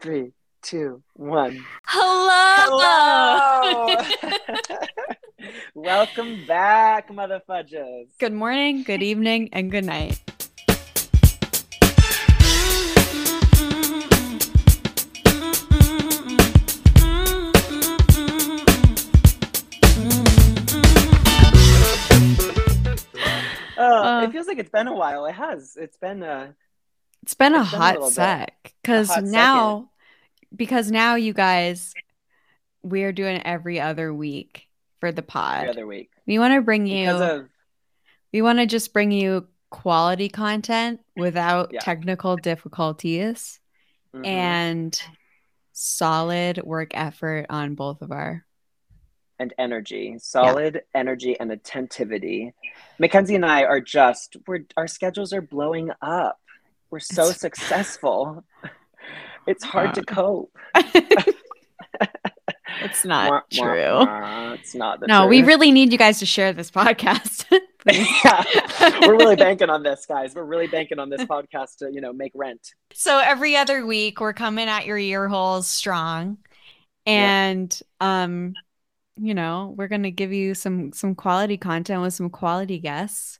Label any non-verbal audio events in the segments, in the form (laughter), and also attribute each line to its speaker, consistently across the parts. Speaker 1: three, two, one. (laughs)
Speaker 2: Hello.
Speaker 1: Welcome back, motherfudges.
Speaker 2: (laughs) good morning, good evening, and good night.
Speaker 1: Uh,
Speaker 2: Uh.
Speaker 1: it feels like it's been a while. It has. It's been uh
Speaker 2: It's been a
Speaker 1: It's been a
Speaker 2: hot
Speaker 1: little bit.
Speaker 2: sec because
Speaker 1: hot
Speaker 2: now, because now you guys, we are doing every other week for the
Speaker 1: every
Speaker 2: pod.
Speaker 1: other week
Speaker 2: We want to bring you.
Speaker 1: because of
Speaker 2: we want to just bring you quality content without
Speaker 1: Yeah.
Speaker 2: technical difficulties
Speaker 1: mhm.
Speaker 2: and solid work effort on both of
Speaker 1: (laughs)
Speaker 2: our
Speaker 1: and energy, solid energy and attentivity. Mackenzie and I are just we're our schedules are blowing up. We're so
Speaker 2: It's-
Speaker 1: successful. (laughs) It's hard to cope.
Speaker 2: it's not
Speaker 1: Wah, wah,
Speaker 2: true.
Speaker 1: wah. It's not the
Speaker 2: no, we
Speaker 1: truth.
Speaker 2: really need you guys to share this podcast. (laughs) Please.
Speaker 1: (laughs) yeah. We're really banking on this, guys. We're really banking on this podcast to, you know, make rent.
Speaker 2: (laughs) so every other week we're coming at your ear holes strong.
Speaker 1: Yeah.
Speaker 2: And um you know, we're going to give you some some quality content with some quality guests.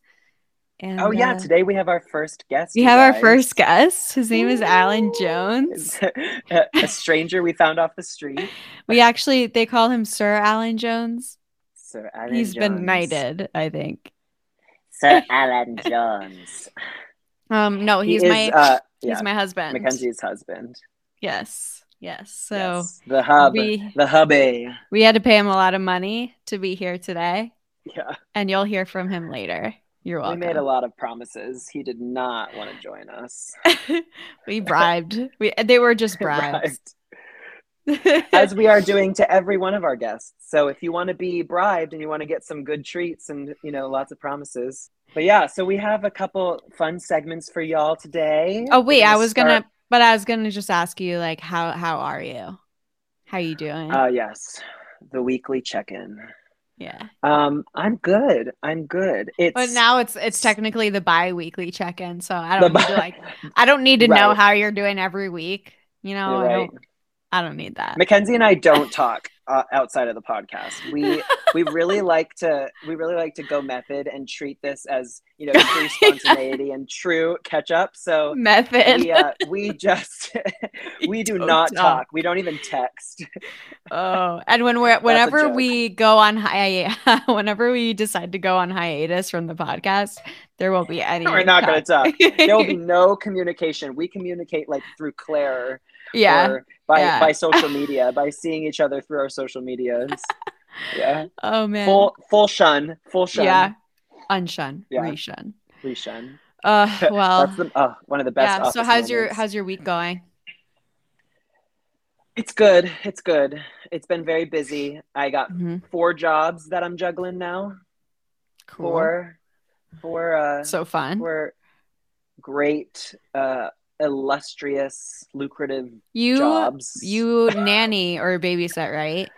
Speaker 2: And
Speaker 1: Oh yeah,
Speaker 2: uh,
Speaker 1: today we have our first guest.
Speaker 2: we
Speaker 1: you
Speaker 2: have our
Speaker 1: guys.
Speaker 2: first guest. His name is Alan
Speaker 1: Ooh.
Speaker 2: Jones.
Speaker 1: (laughs) a, a stranger we found off the street.
Speaker 2: We actually they call him Sir Alan Jones.
Speaker 1: Sir
Speaker 2: He's
Speaker 1: Alan
Speaker 2: been
Speaker 1: Jones.
Speaker 2: knighted, I think.
Speaker 1: Sir Alan
Speaker 2: (laughs)
Speaker 1: Jones.
Speaker 2: Um no,
Speaker 1: He
Speaker 2: he's
Speaker 1: is,
Speaker 2: my
Speaker 1: uh,
Speaker 2: he's my husband.
Speaker 1: Mackenzie's husband.
Speaker 2: Yes. Yes. So
Speaker 1: Yes. the hub,
Speaker 2: we-
Speaker 1: the hubby.
Speaker 2: we had to pay him a lot of money to be here today,
Speaker 1: Yeah,
Speaker 2: and you'll hear from him later. You're welcome.
Speaker 1: we made a lot of promises. He did not want to join us. (laughs)
Speaker 2: (laughs) we bribed. We they were just bribes. (laughs)
Speaker 1: Bribed. As we are doing to every one of our guests. So if you want to be bribed and you want to get some good treats and you know lots of promises. But yeah, so we have a couple fun segments for y'all today.
Speaker 2: oh
Speaker 1: We're
Speaker 2: wait, I was
Speaker 1: start-
Speaker 2: gonna, but I was gonna just ask you like how how are you? How you doing?
Speaker 1: Ah, yes, the weekly check-in.
Speaker 2: yeah.
Speaker 1: Um, I'm good. I'm good. It's
Speaker 2: But now it's it's technically the bi-weekly check-in, so I
Speaker 1: the
Speaker 2: don't need to,
Speaker 1: bi-
Speaker 2: like I don't need to know
Speaker 1: Right.
Speaker 2: how you're doing every week. You know,
Speaker 1: You're
Speaker 2: I
Speaker 1: right.
Speaker 2: don't I don't need that.
Speaker 1: Mackenzie and I don't talk uh, outside of the podcast.
Speaker 2: (laughs)
Speaker 1: We we really like to we really like to go method and treat this as you know true spontaneity and true catch up. So
Speaker 2: Method.
Speaker 1: we uh, we just (laughs) we do
Speaker 2: don't
Speaker 1: not
Speaker 2: talk.
Speaker 1: talk. We don't even
Speaker 2: (laughs)
Speaker 1: text.
Speaker 2: (laughs) Oh, and when we're
Speaker 1: a
Speaker 2: whenever
Speaker 1: joke.
Speaker 2: we go on hi, (laughs) whenever we decide to go on hiatus from the podcast, there won't be any.
Speaker 1: We're not going to talk. There will be
Speaker 2: (laughs) talk.
Speaker 1: no communication. We communicate like through Claire
Speaker 2: yeah.
Speaker 1: or by
Speaker 2: yeah.
Speaker 1: by
Speaker 2: (laughs)
Speaker 1: social media, by seeing each other through our social medias. Yeah.
Speaker 2: oh man.
Speaker 1: Full full shun, full shun,
Speaker 2: yeah. Unshun.
Speaker 1: Yeah.
Speaker 2: Reshun.
Speaker 1: reshun.
Speaker 2: Uh,
Speaker 1: (laughs)
Speaker 2: well.
Speaker 1: That's the oh, one of the best.
Speaker 2: yeah. So
Speaker 1: office
Speaker 2: how's your
Speaker 1: moments.
Speaker 2: how's your week going?
Speaker 1: It's good. It's good. It's been very busy. I got
Speaker 2: Mhm.
Speaker 1: four jobs that I'm juggling now.
Speaker 2: Cool.
Speaker 1: Four, four, uh,
Speaker 2: So fun.
Speaker 1: four great, uh, illustrious, lucrative
Speaker 2: You
Speaker 1: jobs.
Speaker 2: you nanny or babysit, right?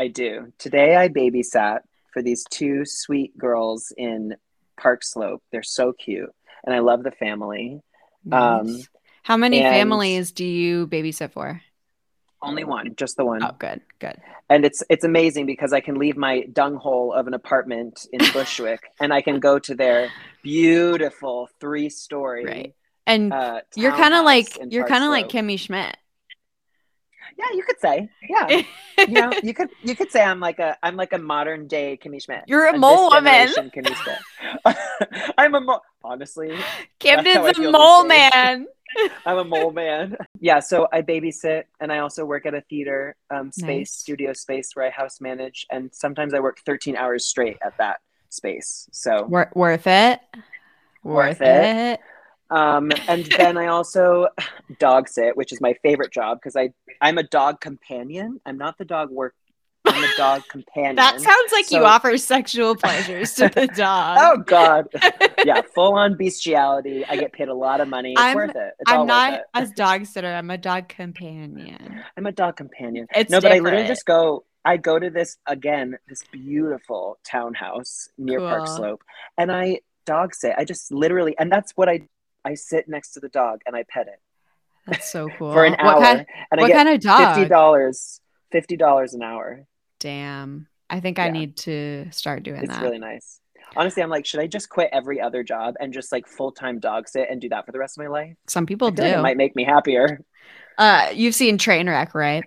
Speaker 1: I do. Today I babysat for these two sweet girls in Park Slope. They're so cute, and I love the family. Um,
Speaker 2: Nice. How many
Speaker 1: and-
Speaker 2: families do you babysit for?
Speaker 1: Only one, just the one.
Speaker 2: Oh, good, good.
Speaker 1: and it's it's amazing because I can leave my dung hole of an apartment
Speaker 2: (laughs)
Speaker 1: in Bushwick and I can go to their beautiful three story.
Speaker 2: Right. And
Speaker 1: Uh,
Speaker 2: You're kind of
Speaker 1: townhouse
Speaker 2: like
Speaker 1: in
Speaker 2: you're
Speaker 1: Park
Speaker 2: kind of like
Speaker 1: Slope.
Speaker 2: Kimmy Schmidt.
Speaker 1: Yeah, you could say. Yeah, you
Speaker 2: (laughs)
Speaker 1: know, you could you could say I'm like a I'm like a modern day Kimmy Schmidt.
Speaker 2: You're a
Speaker 1: this
Speaker 2: mole woman.
Speaker 1: generation Kimmy Schmidt. (laughs) I'm a mole. Honestly, (laughs) That's how I
Speaker 2: Camden's
Speaker 1: feel
Speaker 2: a
Speaker 1: these
Speaker 2: mole
Speaker 1: days.
Speaker 2: man.
Speaker 1: I'm a mole man. Yeah, so I babysit and I also work at a theater um, space,
Speaker 2: Nice.
Speaker 1: studio space where I house manage, and sometimes I work 13 hours straight at that space. So
Speaker 2: Wor- worth it.
Speaker 1: Worth it. Um,
Speaker 2: (laughs)
Speaker 1: and then I also dog sit, which is my favorite job because I I'm a dog companion. I'm not the dog work. I'm a dog companion.
Speaker 2: (laughs) That sounds like you
Speaker 1: So-
Speaker 2: offer
Speaker 1: (laughs)
Speaker 2: sexual pleasures to the dog. (laughs)
Speaker 1: oh God, yeah, full on bestiality. I get paid a lot of money. It's
Speaker 2: I'm-
Speaker 1: worth it. It's all
Speaker 2: I'm not
Speaker 1: worth it.
Speaker 2: a dog sitter. I'm a dog companion.
Speaker 1: I'm a dog companion.
Speaker 2: It's
Speaker 1: no, but I literally
Speaker 2: different.
Speaker 1: just go. I go to this again, this beautiful townhouse near Park
Speaker 2: Cool.
Speaker 1: Slope, and I dog sit. I just literally, and that's what I I sit next to the dog and I pet it.
Speaker 2: That's so cool.
Speaker 1: for an hour.
Speaker 2: What kind,
Speaker 1: and I
Speaker 2: what
Speaker 1: get
Speaker 2: kind of dog?
Speaker 1: fifty dollars. Fifty dollars an hour.
Speaker 2: Damn. I think I
Speaker 1: Yeah.
Speaker 2: need to start doing
Speaker 1: It's
Speaker 2: that.
Speaker 1: really nice. Honestly, I'm like, should I just quit every other job and just like full time dog sit and do that for the rest of my life?
Speaker 2: Some people
Speaker 1: I
Speaker 2: do.
Speaker 1: feel like it might make me happier.
Speaker 2: uh, you've seen Trainwreck, right?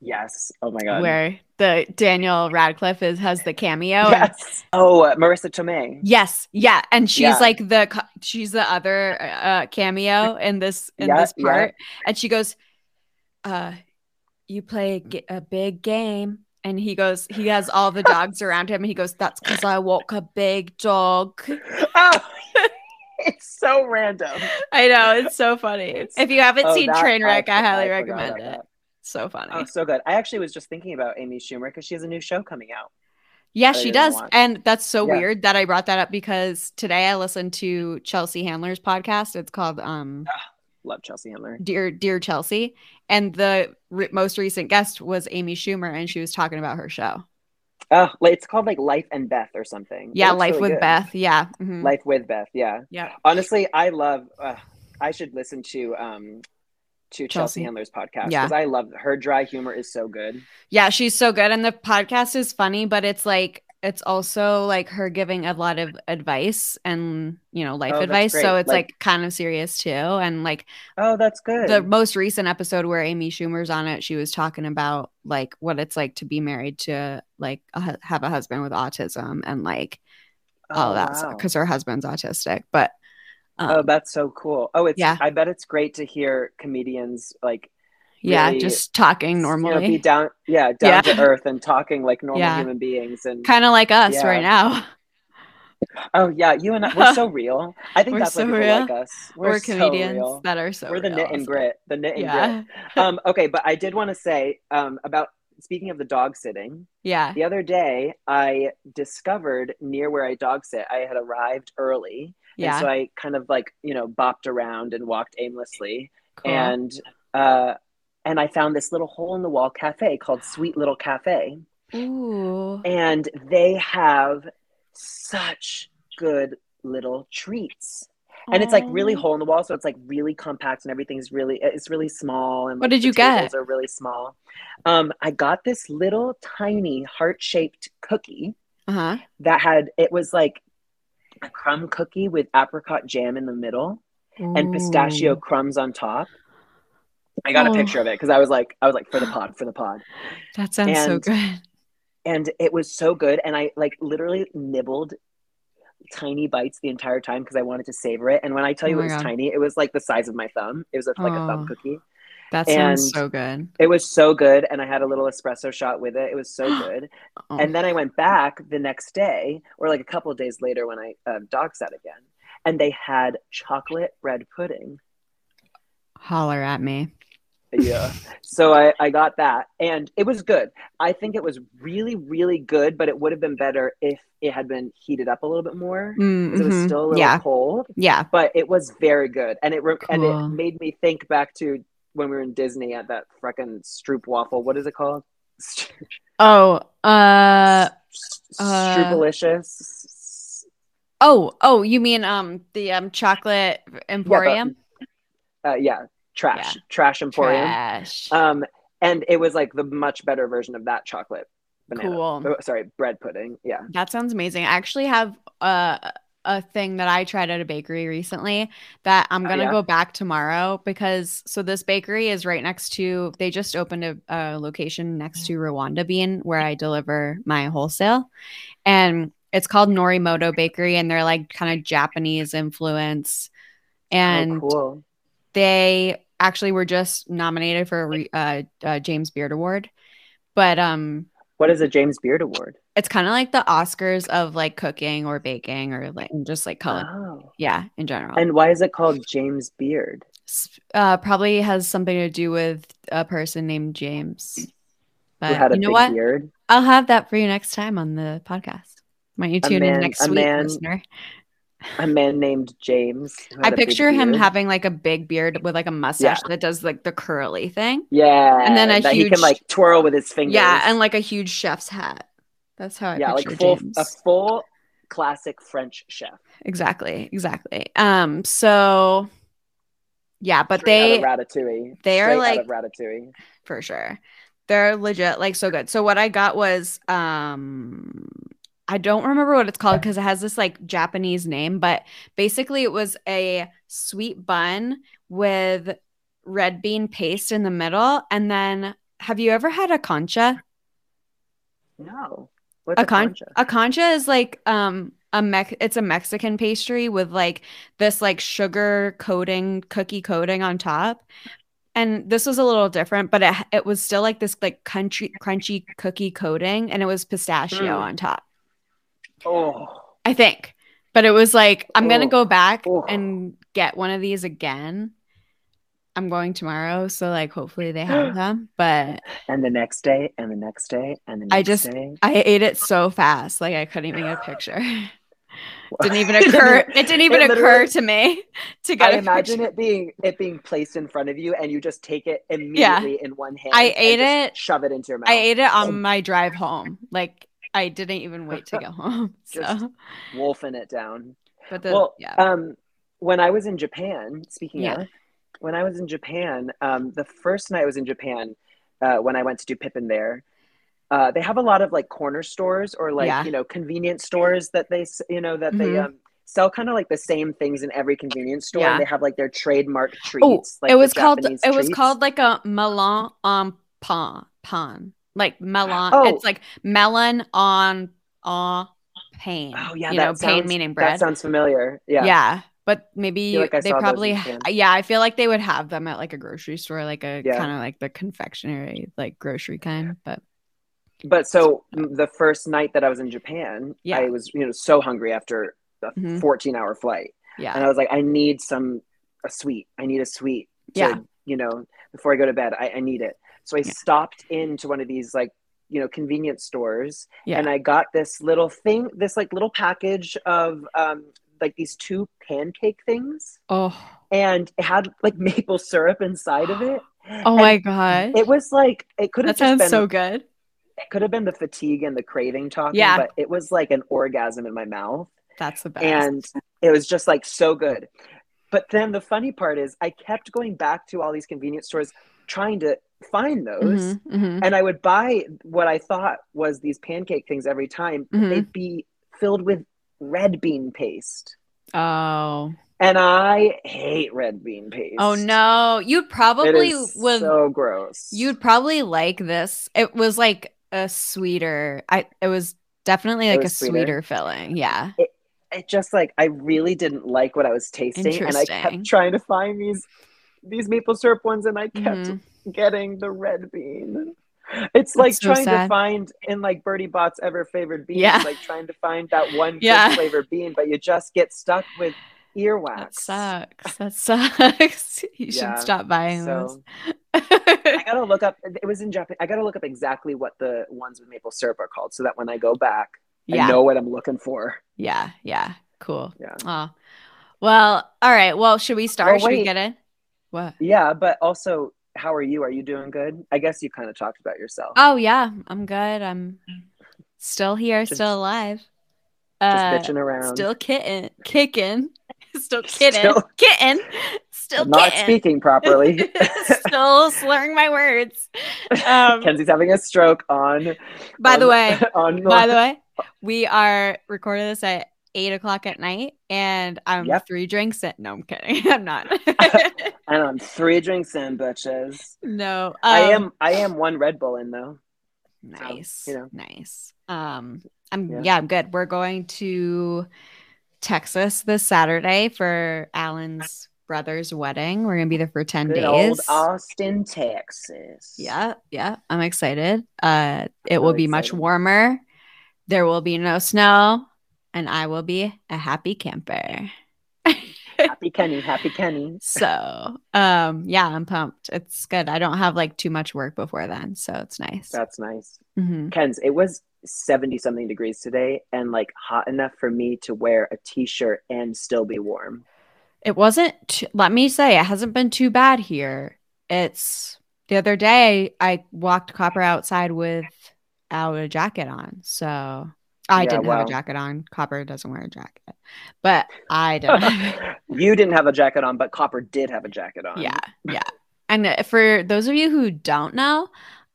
Speaker 1: Yes. Oh my god.
Speaker 2: Where the Daniel Radcliffe is has
Speaker 1: (laughs)
Speaker 2: the cameo. and-
Speaker 1: Yes. Oh, uh, Marissa Tomei.
Speaker 2: yes, yeah, and she's
Speaker 1: Yeah.
Speaker 2: like the co- she's the other uh, cameo in this in
Speaker 1: Yeah,
Speaker 2: this
Speaker 1: yeah.
Speaker 2: part, and she goes, "Uh, you play a g- a big game." And he goes, he has all the dogs
Speaker 1: (laughs)
Speaker 2: around him, and he goes, "That's because I walk a big dog."
Speaker 1: (laughs) Oh, (laughs) it's so random.
Speaker 2: I know it's so funny. If you haven't
Speaker 1: Oh,
Speaker 2: seen
Speaker 1: that-
Speaker 2: Trainwreck, I,
Speaker 1: forgot-
Speaker 2: highly
Speaker 1: I forgot
Speaker 2: recommend it.
Speaker 1: about
Speaker 2: So funny.
Speaker 1: that. Oh, so good. I actually was just thinking about Amy Schumer because she has a new show coming out.
Speaker 2: Yeah,
Speaker 1: that I
Speaker 2: she
Speaker 1: didn't
Speaker 2: does.
Speaker 1: watch.
Speaker 2: And that's so
Speaker 1: Yeah.
Speaker 2: weird that I brought that up because today I listened to Chelsea Handler's podcast. It's called um
Speaker 1: Love Chelsea Handler.
Speaker 2: Dear Dear Chelsea, and the re- most recent guest was Amy Schumer and she was talking about her show.
Speaker 1: Oh, like, it's called like Life and Beth or something. It
Speaker 2: Yeah,
Speaker 1: looks
Speaker 2: Life
Speaker 1: really
Speaker 2: with
Speaker 1: good.
Speaker 2: Beth. Yeah. mhm.
Speaker 1: Life with Beth. Yeah.
Speaker 2: Yeah.
Speaker 1: Honestly, I love. Uh, I should listen to um to Chelsea,
Speaker 2: Chelsea.
Speaker 1: Handler's podcast
Speaker 2: Yeah.
Speaker 1: because I love her dry humor is so good.
Speaker 2: Yeah, she's so good and the podcast is funny, but it's like it's also like her giving a lot of advice and, you know, life
Speaker 1: Oh, that's
Speaker 2: advice. So
Speaker 1: great.
Speaker 2: it's
Speaker 1: Like-
Speaker 2: like kind of serious too and like
Speaker 1: Oh, that's good.
Speaker 2: the most recent episode where Amy Schumer's on it, she was talking about like what it's like to be married to like a, hu- have a husband with autism and like
Speaker 1: Oh,
Speaker 2: all of that
Speaker 1: wow.
Speaker 2: because her husband's autistic. But um,
Speaker 1: Oh, that's so cool. Oh, it's.
Speaker 2: yeah.
Speaker 1: I bet it's great to hear comedians like
Speaker 2: yeah,
Speaker 1: really,
Speaker 2: just talking
Speaker 1: you know, be
Speaker 2: normally,
Speaker 1: down, yeah, down
Speaker 2: Yeah.
Speaker 1: to earth and talking like normal
Speaker 2: Yeah.
Speaker 1: human beings. And
Speaker 2: kind of like us
Speaker 1: Yeah.
Speaker 2: right now.
Speaker 1: oh yeah, you and I, we're
Speaker 2: (laughs)
Speaker 1: so real. I think
Speaker 2: We're
Speaker 1: that's
Speaker 2: so
Speaker 1: why people
Speaker 2: real.
Speaker 1: like us. We're,
Speaker 2: We're,
Speaker 1: so
Speaker 2: comedians
Speaker 1: real.
Speaker 2: that are so
Speaker 1: we're the
Speaker 2: real.
Speaker 1: knit and grit. The knit and grit.
Speaker 2: Yeah, (laughs)
Speaker 1: um, okay, but I did want to say um, about speaking of the dog sitting.
Speaker 2: yeah.
Speaker 1: The other day, I discovered near where I dog sit, I had arrived early,
Speaker 2: Yeah,
Speaker 1: and so I kind of like you know bopped around and walked aimlessly,
Speaker 2: cool.
Speaker 1: and uh, and I found this little hole in the wall cafe called Sweet Little Cafe,
Speaker 2: Ooh,
Speaker 1: and they have such good little treats. And it's like really
Speaker 2: Aw.
Speaker 1: hole in the wall, so it's like really compact, and everything's really it's really small. And like,
Speaker 2: What did
Speaker 1: the
Speaker 2: you get?
Speaker 1: tables Are really small. Um, I got this little tiny heart shaped cookie
Speaker 2: Uh-huh.
Speaker 1: that had it was like a crumb cookie with apricot jam in the middle and pistachio
Speaker 2: Ooh.
Speaker 1: crumbs on top. I got
Speaker 2: Mm. Oh.
Speaker 1: a picture of it because I was like, I was like for
Speaker 2: (gasps)
Speaker 1: the pod, for the pod,
Speaker 2: That sounds so
Speaker 1: and-
Speaker 2: good.
Speaker 1: and it was so good. And I like literally nibbled tiny bites the entire time because I wanted to savor it. And when I tell
Speaker 2: Oh
Speaker 1: you
Speaker 2: my
Speaker 1: it was
Speaker 2: God.
Speaker 1: tiny, it was like the size of my thumb. It was a, like a
Speaker 2: Oh.
Speaker 1: thumb cookie.
Speaker 2: That sounds
Speaker 1: and-
Speaker 2: so good.
Speaker 1: It was so good, and I had a little espresso shot with it. It was
Speaker 2: (gasps)
Speaker 1: so good.
Speaker 2: Oh.
Speaker 1: And then I went back the next day, or like a couple of days later, when I um, dog sat again, and they had chocolate bread pudding.
Speaker 2: holler at me.
Speaker 1: Yeah. so I, I got that, and it was good. I think it was really, really good, but it would have been better if it had been heated up a little bit more. 'cause It was
Speaker 2: Mhm.
Speaker 1: still a little
Speaker 2: yeah,
Speaker 1: cold,
Speaker 2: yeah.
Speaker 1: but it was very good, and it re- and
Speaker 2: Cool.
Speaker 1: it made me think back to when we were in Disney at that freaking Stroop waffle. What is it called?
Speaker 2: Oh, uh, uh,
Speaker 1: Stroopalicious.
Speaker 2: oh, oh. You mean um the um chocolate emporium?
Speaker 1: Uh, yeah, trash, trash emporium.
Speaker 2: Trash.
Speaker 1: Um, and it was like the much better version of that chocolate banana.
Speaker 2: Cool.
Speaker 1: Oh, sorry, bread pudding. Yeah.
Speaker 2: That sounds amazing. I actually have a a thing that I tried at a bakery recently that I'm
Speaker 1: Oh,
Speaker 2: gonna
Speaker 1: yeah?
Speaker 2: go back tomorrow because so this bakery is right next to they just opened a, a location next to Rwanda Bean where I deliver my wholesale, and it's called Norimoto Bakery and they're like kind of Japanese influence, and
Speaker 1: oh, cool.
Speaker 2: they actually were just nominated for a re- uh, uh, James Beard Award, but um
Speaker 1: What is a James Beard Award?
Speaker 2: it's kind of like the Oscars of like cooking or baking or like and just like color.
Speaker 1: Oh.
Speaker 2: yeah, in general. And
Speaker 1: And why is it called James Beard?
Speaker 2: uh, probably has something to do with a person named James.
Speaker 1: Who had
Speaker 2: But
Speaker 1: a
Speaker 2: you know
Speaker 1: big
Speaker 2: what?
Speaker 1: beard?
Speaker 2: I'll have that for you next time on the podcast. Might you
Speaker 1: A
Speaker 2: tune in
Speaker 1: man-
Speaker 2: next
Speaker 1: a
Speaker 2: week,
Speaker 1: man
Speaker 2: listener?
Speaker 1: A man named James. who
Speaker 2: I
Speaker 1: had a big
Speaker 2: picture him
Speaker 1: beard?
Speaker 2: having like a big beard with like a mustache that does like the curly thing.
Speaker 1: Yeah.
Speaker 2: and then a
Speaker 1: that he
Speaker 2: huge-
Speaker 1: can like twirl with his fingers.
Speaker 2: Yeah, and like a huge chef's hat. That's how I
Speaker 1: yeah,
Speaker 2: picture
Speaker 1: like full
Speaker 2: James.
Speaker 1: a full classic French chef.
Speaker 2: exactly exactly um so Yeah, but
Speaker 1: Straight
Speaker 2: they
Speaker 1: out of Ratatouille.
Speaker 2: they are,
Speaker 1: Straight out of
Speaker 2: like-
Speaker 1: Ratatouille.
Speaker 2: for sure. They're legit like so good. So what I got was um I don't remember what it's called because it has this like Japanese name, but basically it was a sweet bun with red bean paste in the middle and then have you ever had a concha?
Speaker 1: No. What's
Speaker 2: A con- A concha is like um a Mex- it's a Mexican pastry with like this like sugar coating, cookie coating on top. And this was a little different, but it it was still like this like country crunchy cookie coating and it was pistachio
Speaker 1: Mm.
Speaker 2: on top.
Speaker 1: Oh.
Speaker 2: I think. But it was like I'm going to
Speaker 1: Oh.
Speaker 2: go back
Speaker 1: Oh.
Speaker 2: and get one of these again. I'm going tomorrow, so like hopefully they have them, but
Speaker 1: And the next day, and the next day, and the next
Speaker 2: I just-
Speaker 1: day.
Speaker 2: I ate it so fast like I couldn't even get a
Speaker 1: (laughs)
Speaker 2: picture. didn't even occur it didn't even
Speaker 1: It
Speaker 2: occur
Speaker 1: literally-
Speaker 2: to me (laughs) to get
Speaker 1: I
Speaker 2: a
Speaker 1: imagine
Speaker 2: picture.
Speaker 1: it being it being placed in front of you, and you just take it immediately in one hand.
Speaker 2: I
Speaker 1: and
Speaker 2: ate
Speaker 1: just
Speaker 2: it.
Speaker 1: Shove it into your mouth.
Speaker 2: I ate it on my drive home. Like I didn't even
Speaker 1: (laughs)
Speaker 2: wait to get home. So,
Speaker 1: Just- wolfing it down.
Speaker 2: but the
Speaker 1: well,
Speaker 2: yeah,
Speaker 1: um, when I was in Japan, speaking
Speaker 2: Yeah.
Speaker 1: of, when I was in Japan, um, the first night I was in Japan, uh, when I went to do Pippin there, uh, they have a lot of like corner stores or like
Speaker 2: Yeah.
Speaker 1: you know convenience stores that they s- you know that they
Speaker 2: Mhm.
Speaker 1: um, sell kind of like the same things in every convenience store.
Speaker 2: Yeah.
Speaker 1: And they have like their trademark treats.
Speaker 2: oh,
Speaker 1: like,
Speaker 2: it
Speaker 1: the
Speaker 2: was called
Speaker 1: Japanese
Speaker 2: it was
Speaker 1: treats.
Speaker 2: called like a melon on pan pan like melon.
Speaker 1: Oh.
Speaker 2: It's like melon on on pain.
Speaker 1: Oh yeah,
Speaker 2: you
Speaker 1: that
Speaker 2: know, pain
Speaker 1: sounds-
Speaker 2: meaning
Speaker 1: That
Speaker 2: bread.
Speaker 1: sounds familiar. Yeah.
Speaker 2: yeah. But maybe
Speaker 1: Feel like I
Speaker 2: they
Speaker 1: saw those in
Speaker 2: probably,
Speaker 1: Japan.
Speaker 2: yeah, I feel like they would have them at like a grocery store, like a
Speaker 1: Yeah.
Speaker 2: kind of like the confectionery, like grocery kind. But
Speaker 1: But so m- the first night that I was in Japan,
Speaker 2: Yeah.
Speaker 1: I was you know so hungry after a
Speaker 2: Mhm.
Speaker 1: 14 hour flight,
Speaker 2: yeah,
Speaker 1: and uh, I was like, I need some a sweet. I need a sweet. to,
Speaker 2: Yeah.
Speaker 1: You know, before I go to bed, I, I need it. So I
Speaker 2: Yeah.
Speaker 1: stopped into one of these like you know convenience stores,
Speaker 2: Yeah.
Speaker 1: and I got this little thing, this like little package of um like these two pancake things, (clears throat)
Speaker 2: oh,
Speaker 1: and it had like (laughs) maple syrup inside of it.
Speaker 2: (gasps) oh my god,
Speaker 1: It was like it could have
Speaker 2: that
Speaker 1: just
Speaker 2: sounds
Speaker 1: been
Speaker 2: so good.
Speaker 1: it could have been the fatigue and the craving talking,
Speaker 2: Yeah.
Speaker 1: but it was like an orgasm in my mouth.
Speaker 2: That's the best.
Speaker 1: And it was just like so good. But then the funny part is I kept going back to all these convenience stores trying to find those.
Speaker 2: Mhm, mhm.
Speaker 1: And I would buy what I thought was these pancake things every time.
Speaker 2: Mhm.
Speaker 1: They'd be filled with red bean paste.
Speaker 2: oh,
Speaker 1: And I hate red bean paste.
Speaker 2: oh no, you'd
Speaker 1: It
Speaker 2: probably
Speaker 1: is
Speaker 2: would.
Speaker 1: so gross.
Speaker 2: You'd probably like this. It was like a sweeter. I. It was definitely like a
Speaker 1: was
Speaker 2: sweeter.
Speaker 1: sweeter.
Speaker 2: filling. Yeah.
Speaker 1: it just like I really didn't like what I was tasting, and I
Speaker 2: Interesting.
Speaker 1: kept trying to find these these maple syrup ones, and I kept
Speaker 2: Mhm.
Speaker 1: getting the red bean. It's like
Speaker 2: so
Speaker 1: trying
Speaker 2: sad.
Speaker 1: to find in like Birdie Bot's ever favored bean,
Speaker 2: Yeah.
Speaker 1: like trying to find that one good
Speaker 2: Yeah.
Speaker 1: flavored bean, but you just get stuck with
Speaker 2: That
Speaker 1: earwax.
Speaker 2: sucks. That (laughs) sucks. you
Speaker 1: Yeah,
Speaker 2: should stop buying those. (laughs)
Speaker 1: So I gotta look up. It was in Japan. I gotta look up exactly what the ones with maple syrup are called, so that when I go back,
Speaker 2: yeah.
Speaker 1: I know what I'm looking for.
Speaker 2: Yeah. Yeah. Cool.
Speaker 1: Yeah.
Speaker 2: Oh. Well, all right. Well, should we start?
Speaker 1: Well,
Speaker 2: should we
Speaker 1: wait.
Speaker 2: get in? What?
Speaker 1: Yeah, but also, how are you? Are you doing good? I guess you kind of talked about yourself.
Speaker 2: Oh yeah. I'm good. I'm still here,
Speaker 1: Just-
Speaker 2: still alive.
Speaker 1: just
Speaker 2: Uh,
Speaker 1: bitching around.
Speaker 2: still kitten kicking. (laughs) Still
Speaker 1: Still-
Speaker 2: kitten.
Speaker 1: (laughs)
Speaker 2: kitten. Still
Speaker 1: I'm not
Speaker 2: kitten.
Speaker 1: speaking properly.
Speaker 2: (laughs) still slurring
Speaker 1: (laughs)
Speaker 2: my words. Um,
Speaker 1: Kenzie's having a stroke on.
Speaker 2: by the
Speaker 1: on-
Speaker 2: way,
Speaker 1: (laughs) on
Speaker 2: By the way, we are recording this at eight o'clock at night, and I'm
Speaker 1: Yep.
Speaker 2: three drinks in. No, I'm kidding. (laughs)
Speaker 1: (laughs)
Speaker 2: I'm not.
Speaker 1: and I'm three drinks in, bitches.
Speaker 2: no, um,
Speaker 1: I am. I am one Red Bull in though.
Speaker 2: nice.
Speaker 1: you know.
Speaker 2: Nice. Um, I'm yeah.
Speaker 1: Yeah.
Speaker 2: I'm good. We're going to Texas this Saturday for Alan's brother's wedding. We're gonna be there for ten
Speaker 1: Good
Speaker 2: days.
Speaker 1: old Austin, Texas.
Speaker 2: Yeah, yeah, I'm excited. Uh, it will
Speaker 1: really
Speaker 2: be much
Speaker 1: excited.
Speaker 2: warmer. There will be no snow, and I will be a happy camper.
Speaker 1: Happy Kenny. Happy Kenny.
Speaker 2: So, um, yeah, I'm pumped. It's good. I don't have like too much work before then, so it's nice.
Speaker 1: That's nice.
Speaker 2: Mhm.
Speaker 1: Ken's. It was seventy something degrees today, and like hot enough for me to wear a t-shirt and still be warm.
Speaker 2: It wasn't. Too, let me say, it hasn't been too bad here. It's the other day I walked Copper outside without a jacket on, so I
Speaker 1: Yeah,
Speaker 2: didn't have
Speaker 1: wow.
Speaker 2: a jacket on. Copper doesn't wear a jacket, but
Speaker 1: (laughs)
Speaker 2: I didn't. have it.
Speaker 1: you didn't have a jacket on, but Copper did have a jacket on. (laughs)
Speaker 2: (laughs) yeah, yeah. And uh, for those of you who don't know,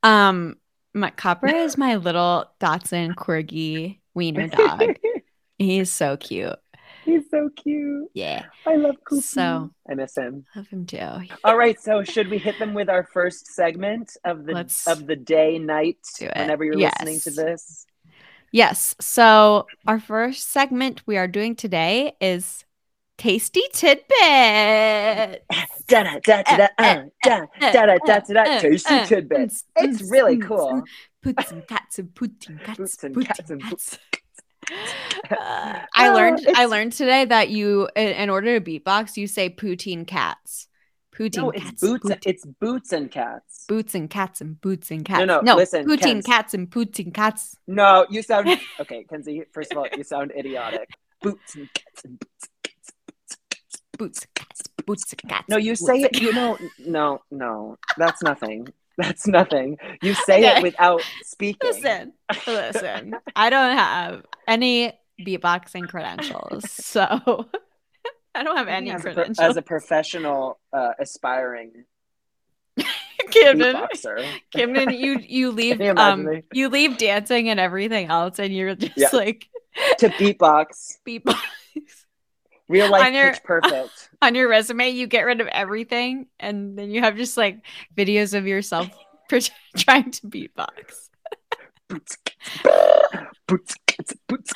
Speaker 2: um, my Copper is my little Dotson corgi
Speaker 1: (laughs)
Speaker 2: wiener dog. He's so cute.
Speaker 1: He's so cute.
Speaker 2: Yeah,
Speaker 1: I love Cooper.
Speaker 2: So-
Speaker 1: I miss him.
Speaker 2: love him too.
Speaker 1: All right, so should we hit them with our first segment of the
Speaker 2: Let's
Speaker 1: of the day night
Speaker 2: do it.
Speaker 1: whenever you're
Speaker 2: Yes.
Speaker 1: listening to this?
Speaker 2: Yes. So our first segment we are doing today is tasty tidbit.
Speaker 1: Da da da
Speaker 2: Eh,
Speaker 1: da da da da da da da tasty tidbits. It's really cool.
Speaker 2: Puts and cats and putin cats.
Speaker 1: Boots and
Speaker 2: putin
Speaker 1: cats and
Speaker 2: cats. Uh, I learned
Speaker 1: Oh,
Speaker 2: I
Speaker 1: it's-
Speaker 2: learned today that you in, in order to beatbox you say poutine cats. Poutine
Speaker 1: No,
Speaker 2: cats.
Speaker 1: it's boots.
Speaker 2: poutine-
Speaker 1: It's boots and cats.
Speaker 2: boots and cats and boots and cats.
Speaker 1: no, listen,
Speaker 2: poutine
Speaker 1: Ken's-
Speaker 2: cats and poutine cats.
Speaker 1: No, you sound okay, Kenzie. First of all, you sound idiotic. Boots and cats and boots.
Speaker 2: Boots and cats. Boots and cats.
Speaker 1: No, you
Speaker 2: boots
Speaker 1: say
Speaker 2: and (laughs)
Speaker 1: it. You know, no, no. That's nothing. That's nothing. You say
Speaker 2: Okay.
Speaker 1: it without speaking.
Speaker 2: Listen, (laughs) listen. I don't have any beatboxing credentials, so (laughs) I don't have any
Speaker 1: as, a, pro-
Speaker 2: credentials.
Speaker 1: as a professional uh, aspiring
Speaker 2: (laughs) Camden,
Speaker 1: beatboxer.
Speaker 2: Camden, you
Speaker 1: (laughs)
Speaker 2: you leave
Speaker 1: you imagine
Speaker 2: um
Speaker 1: me?
Speaker 2: you leave dancing and everything else, and you're just
Speaker 1: Yeah.
Speaker 2: like (laughs)
Speaker 1: to beatbox,
Speaker 2: beatbox (laughs)
Speaker 1: real life
Speaker 2: On your-
Speaker 1: pitch perfect.
Speaker 2: on your resume. You get rid of everything, and then you have just like videos of yourself (laughs) pre- trying
Speaker 1: (laughs)
Speaker 2: to beatbox.
Speaker 1: Boots, cats, boots, cats, boots.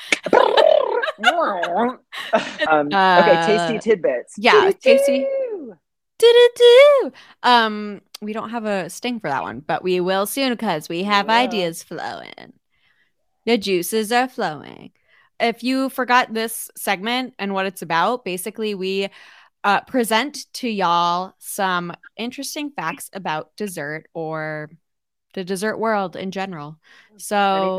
Speaker 1: cats. (laughs) um, okay, tasty
Speaker 2: Uh,
Speaker 1: tidbits.
Speaker 2: yeah, tasty-
Speaker 1: Doo-doo-doo.
Speaker 2: Do-do-do. Um, we don't have a sting for that one, but we will soon because we have
Speaker 1: Yeah.
Speaker 2: ideas flowing. The juices are flowing. If you forgot this segment and what it's about, basically we uh, present to y'all some interesting facts about dessert or the dessert world in general. So
Speaker 1: Anything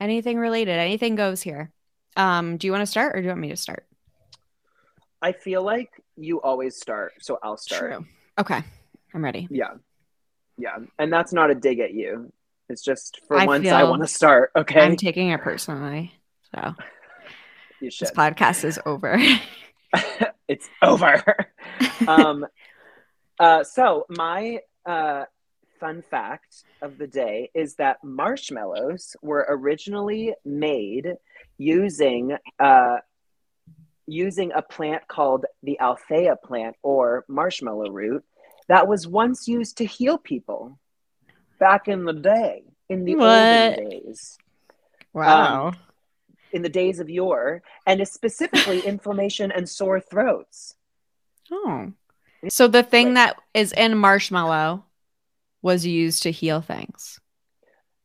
Speaker 2: anything,
Speaker 1: related?
Speaker 2: related, anything goes here. Um, do you want to start or do you want me to start?
Speaker 1: I feel like you always start, so I'll start.
Speaker 2: Okay, I'm ready.
Speaker 1: Yeah. Yeah. And that's not a dig at you. It's just for
Speaker 2: I
Speaker 1: once I
Speaker 2: feel-
Speaker 1: want to start. Okay.
Speaker 2: I'm taking it personally. So.
Speaker 1: you
Speaker 2: This
Speaker 1: should.
Speaker 2: podcast is over. (laughs)
Speaker 1: (laughs) it's over. (laughs) um, uh, so, my uh, fun fact of the day is that marshmallows were originally made using. Uh, Using a plant called the Althea plant or marshmallow root that was once used to heal people back in the day, in the
Speaker 2: What?
Speaker 1: olden days. Wow. in the days of yore, and is specifically inflammation and sore throats.
Speaker 2: oh. So the thing that is in marshmallow was used to heal things.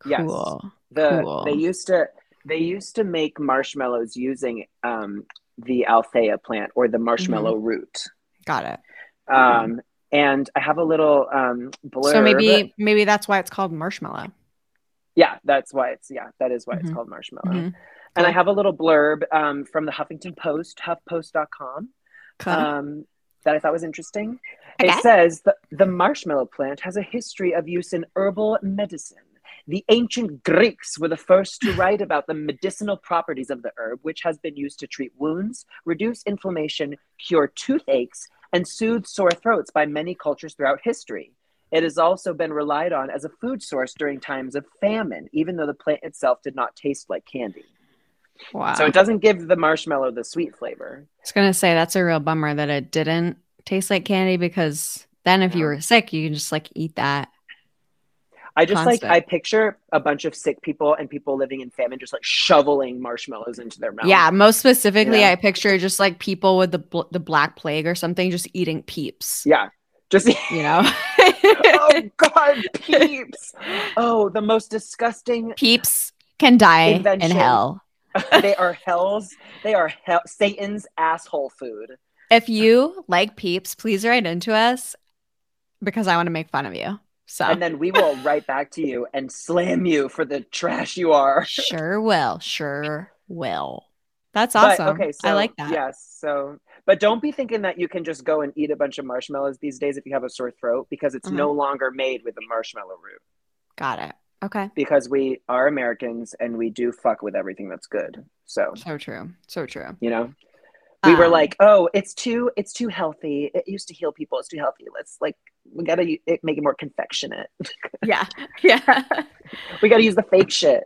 Speaker 1: Yes.
Speaker 2: Cool.
Speaker 1: The
Speaker 2: Cool.
Speaker 1: they used to they used to make marshmallows using um, the althea plant or the marshmallow
Speaker 2: Mm-hmm.
Speaker 1: root.
Speaker 2: Got it.
Speaker 1: Um, And I have a little um, blurb.
Speaker 2: Mm-hmm. So maybe maybe that's why it's called marshmallow.
Speaker 1: yeah, that's why it's yeah that is why it's
Speaker 2: Mhm.
Speaker 1: called marshmallow.
Speaker 2: Mhm.
Speaker 1: And I
Speaker 2: Cool.
Speaker 1: have a little blurb um, from the Huffington Post, HuffPost.com.
Speaker 2: Cool.
Speaker 1: um, that I thought was interesting.
Speaker 2: Okay.
Speaker 1: It says the, the marshmallow plant has a history of use in herbal medicine. The ancient Greeks were the first to write about the medicinal properties of the herb, which has been used to treat wounds, reduce inflammation, cure toothaches, and soothe sore throats by many cultures throughout history. It has also been relied on as a food source during times of famine, even though the plant itself did not taste like candy.
Speaker 2: wow.
Speaker 1: So it doesn't give the marshmallow the sweet flavor.
Speaker 2: I was gonna say that's a real bummer that it didn't taste like candy because then if you
Speaker 1: Yeah.
Speaker 2: were sick, you can just like eat that.
Speaker 1: I just
Speaker 2: Constant.
Speaker 1: like I picture a bunch of sick people and people living in famine just like shoveling marshmallows into their mouth.
Speaker 2: Yeah, most specifically,
Speaker 1: Yeah.
Speaker 2: I picture just like people with the bl- the black plague or something, just eating peeps.
Speaker 1: Yeah. Just
Speaker 2: (laughs)
Speaker 1: (laughs)
Speaker 2: You know,
Speaker 1: Oh god, peeps. Oh, the most disgusting
Speaker 2: peeps can die
Speaker 1: Invention.
Speaker 2: in hell.
Speaker 1: they are hell's they are hell Satan's asshole food.
Speaker 2: If you like peeps, please write into us because I want to make fun of you. So
Speaker 1: And then we will write back to you and slam you for the trash you are.
Speaker 2: sure will, sure will. That's
Speaker 1: But,
Speaker 2: awesome. I like that.
Speaker 1: Yes. So but don't be thinking that you can just go and eat a bunch of marshmallows these days if you have a sore throat because it's
Speaker 2: Uh-huh.
Speaker 1: no longer made with a marshmallow root.
Speaker 2: Got it. Okay.
Speaker 1: because we are Americans and we do fuck with everything that's good. So,
Speaker 2: So true. So true.
Speaker 1: you know, we were
Speaker 2: Um,
Speaker 1: like, "Oh, it's too it's too healthy. It used to heal people. It's too healthy. Let's like we got to it make it more confectionate. (laughs)
Speaker 2: (laughs) yeah. Yeah.
Speaker 1: we got to use the fake shit."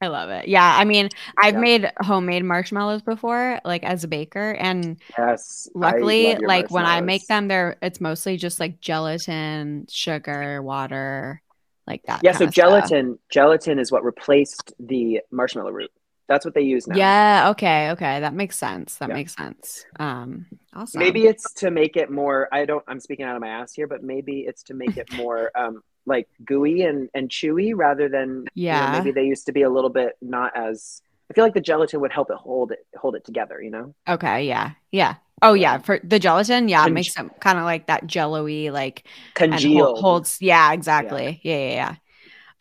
Speaker 2: I love it. Yeah. I mean, I've
Speaker 1: Yeah.
Speaker 2: made homemade marshmallows before, like as a baker. And
Speaker 1: Yes. I
Speaker 2: luckily,
Speaker 1: love your
Speaker 2: like when I make
Speaker 1: marshmallows.
Speaker 2: them, they're it's mostly just like gelatin, sugar, water, like that.
Speaker 1: Yeah,
Speaker 2: kind
Speaker 1: so
Speaker 2: of stuff.
Speaker 1: gelatin gelatin is what replaced the marshmallow root. That's what they use now.
Speaker 2: Yeah. Okay. Okay. That makes sense. That
Speaker 1: Yeah.
Speaker 2: makes sense. Um. Awesome.
Speaker 1: Maybe it's to make it more I don't I'm speaking out of my ass here, but maybe it's to make
Speaker 2: (laughs)
Speaker 1: it more um like gooey and and chewy rather than you know,
Speaker 2: Yeah.
Speaker 1: maybe they used to be a little bit not as I feel like the gelatin would help it hold it hold it together, you know?
Speaker 2: Okay. Yeah. Yeah. Oh yeah. For the gelatin, yeah, it
Speaker 1: Conge-
Speaker 2: makes them kind of like that jello-y, like and hol-
Speaker 1: Congeal.
Speaker 2: holds. Yeah. Exactly. Yeah. yeah. Yeah.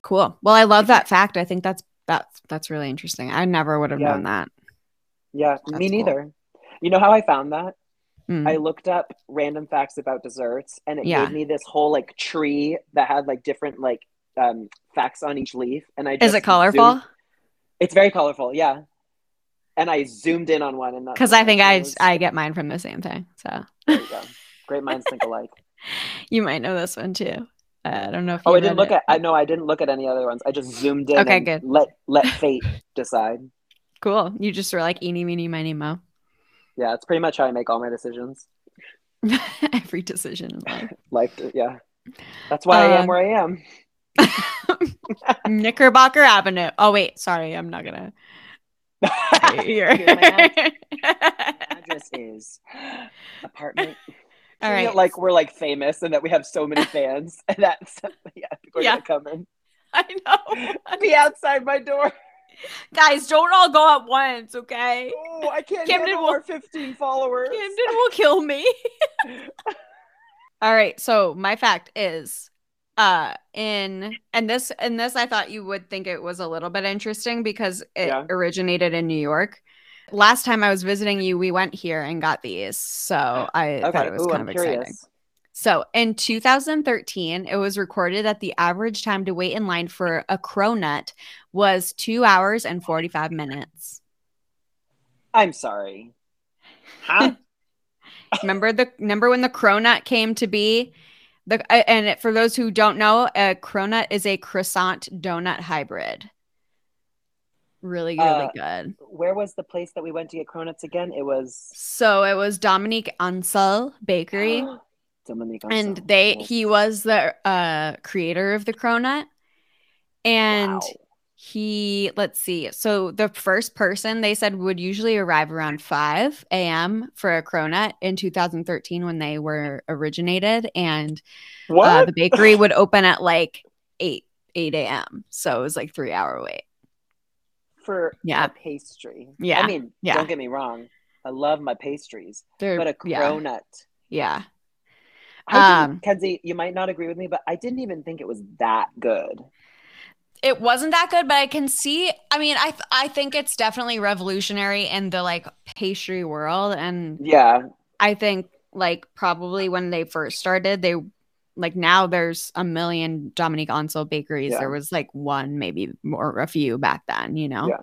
Speaker 2: Cool. Well, I love that fact. I think that's that's that's really interesting. I never would have
Speaker 1: Yeah.
Speaker 2: known that.
Speaker 1: yeah, me
Speaker 2: That's cool.
Speaker 1: neither. You know how I found that?
Speaker 2: Mm.
Speaker 1: I looked up random facts about desserts and it
Speaker 2: Yeah.
Speaker 1: gave me this whole like tree that had like different like um facts on each leaf and I just
Speaker 2: Is it colorful?
Speaker 1: zoomed- It's very colorful, yeah. And I zoomed in on one and that's
Speaker 2: Because
Speaker 1: what
Speaker 2: I think I
Speaker 1: was.
Speaker 2: I get mine from the same thing. So
Speaker 1: There you go. Great minds think alike.
Speaker 2: (laughs) you might know this one too. Uh, I don't know if
Speaker 1: Oh,
Speaker 2: you
Speaker 1: I didn't
Speaker 2: read
Speaker 1: look
Speaker 2: it,
Speaker 1: at. I
Speaker 2: but-
Speaker 1: know I didn't look at any other ones. I just zoomed in.
Speaker 2: Okay,
Speaker 1: and
Speaker 2: good.
Speaker 1: Let let fate decide.
Speaker 2: cool. You just were like eeny meeny miny mo. (laughs)
Speaker 1: Yeah, it's pretty much how I make all my decisions.
Speaker 2: Every decision in life.
Speaker 1: Like, yeah, that's why I
Speaker 2: Um,
Speaker 1: am where I am.
Speaker 2: Knickerbocker Avenue. Oh wait, sorry, I'm not
Speaker 1: (laughs)
Speaker 2: gonna (laughs) here.
Speaker 1: Here's my address is apartment.
Speaker 2: All
Speaker 1: Treating it
Speaker 2: right.
Speaker 1: like we're like famous and that we have so many fans (laughs) and that's yeah people are
Speaker 2: Yeah.
Speaker 1: gonna come
Speaker 2: (laughs)
Speaker 1: in
Speaker 2: (laughs) I know.
Speaker 1: be outside my door.
Speaker 2: Guys, don't all go at once, okay?
Speaker 1: Oh, I can't
Speaker 2: Camden
Speaker 1: handle
Speaker 2: will-
Speaker 1: our 15 followers.
Speaker 2: Camden will kill me. (laughs) all right, so my fact is uh in and this and this I thought you would think it was a little bit interesting because it
Speaker 1: Yeah.
Speaker 2: originated in New York. Last time I was visiting you, we went here and got these. So
Speaker 1: (gasps)
Speaker 2: I thought
Speaker 1: Okay.
Speaker 2: it was
Speaker 1: Ooh,
Speaker 2: kind
Speaker 1: I'm
Speaker 2: of
Speaker 1: curious.
Speaker 2: exciting. So in 2013, it was recorded that the average time to wait in line for a cronut was two hours and 45 minutes.
Speaker 1: I'm sorry.
Speaker 2: (laughs)
Speaker 1: Huh?
Speaker 2: Remember the remember when the cronut came to be? The uh, and it- for those who don't know, a cronut is a croissant donut hybrid. Really, really
Speaker 1: Uh,
Speaker 2: good.
Speaker 1: Where was the place that we went to get cronuts again? It was
Speaker 2: So it was Dominique Ansel
Speaker 1: (gasps)
Speaker 2: Bakery.
Speaker 1: Dominique
Speaker 2: and
Speaker 1: Gonzalez.
Speaker 2: they
Speaker 1: Yes.
Speaker 2: he was the uh creator of the cronut and
Speaker 1: Wow.
Speaker 2: he let's see so the first person they said would usually arrive around 5 a.m for a cronut in 2013 when they were originated and
Speaker 1: what?
Speaker 2: uh, the bakery would open at like 8 8 a.m so it was like three hour wait
Speaker 1: for
Speaker 2: Yeah.
Speaker 1: a pastry.
Speaker 2: Yeah.
Speaker 1: I mean,
Speaker 2: Yeah.
Speaker 1: don't get me wrong. I love my pastries,
Speaker 2: They're-
Speaker 1: but a
Speaker 2: yeah
Speaker 1: cronut.
Speaker 2: yeah
Speaker 1: I
Speaker 2: Um,
Speaker 1: didn't, Kenzie, you might not agree with me, but I didn't even think it was that good.
Speaker 2: it wasn't that good, but I can see. I mean, I th- I think it's definitely revolutionary in the like pastry world, and
Speaker 1: Yeah.
Speaker 2: I think like probably when they first started, they like now there's a million Dominique Ansel bakeries.
Speaker 1: Yeah.
Speaker 2: There was like one, maybe more, a few back then. You know,
Speaker 1: Yeah.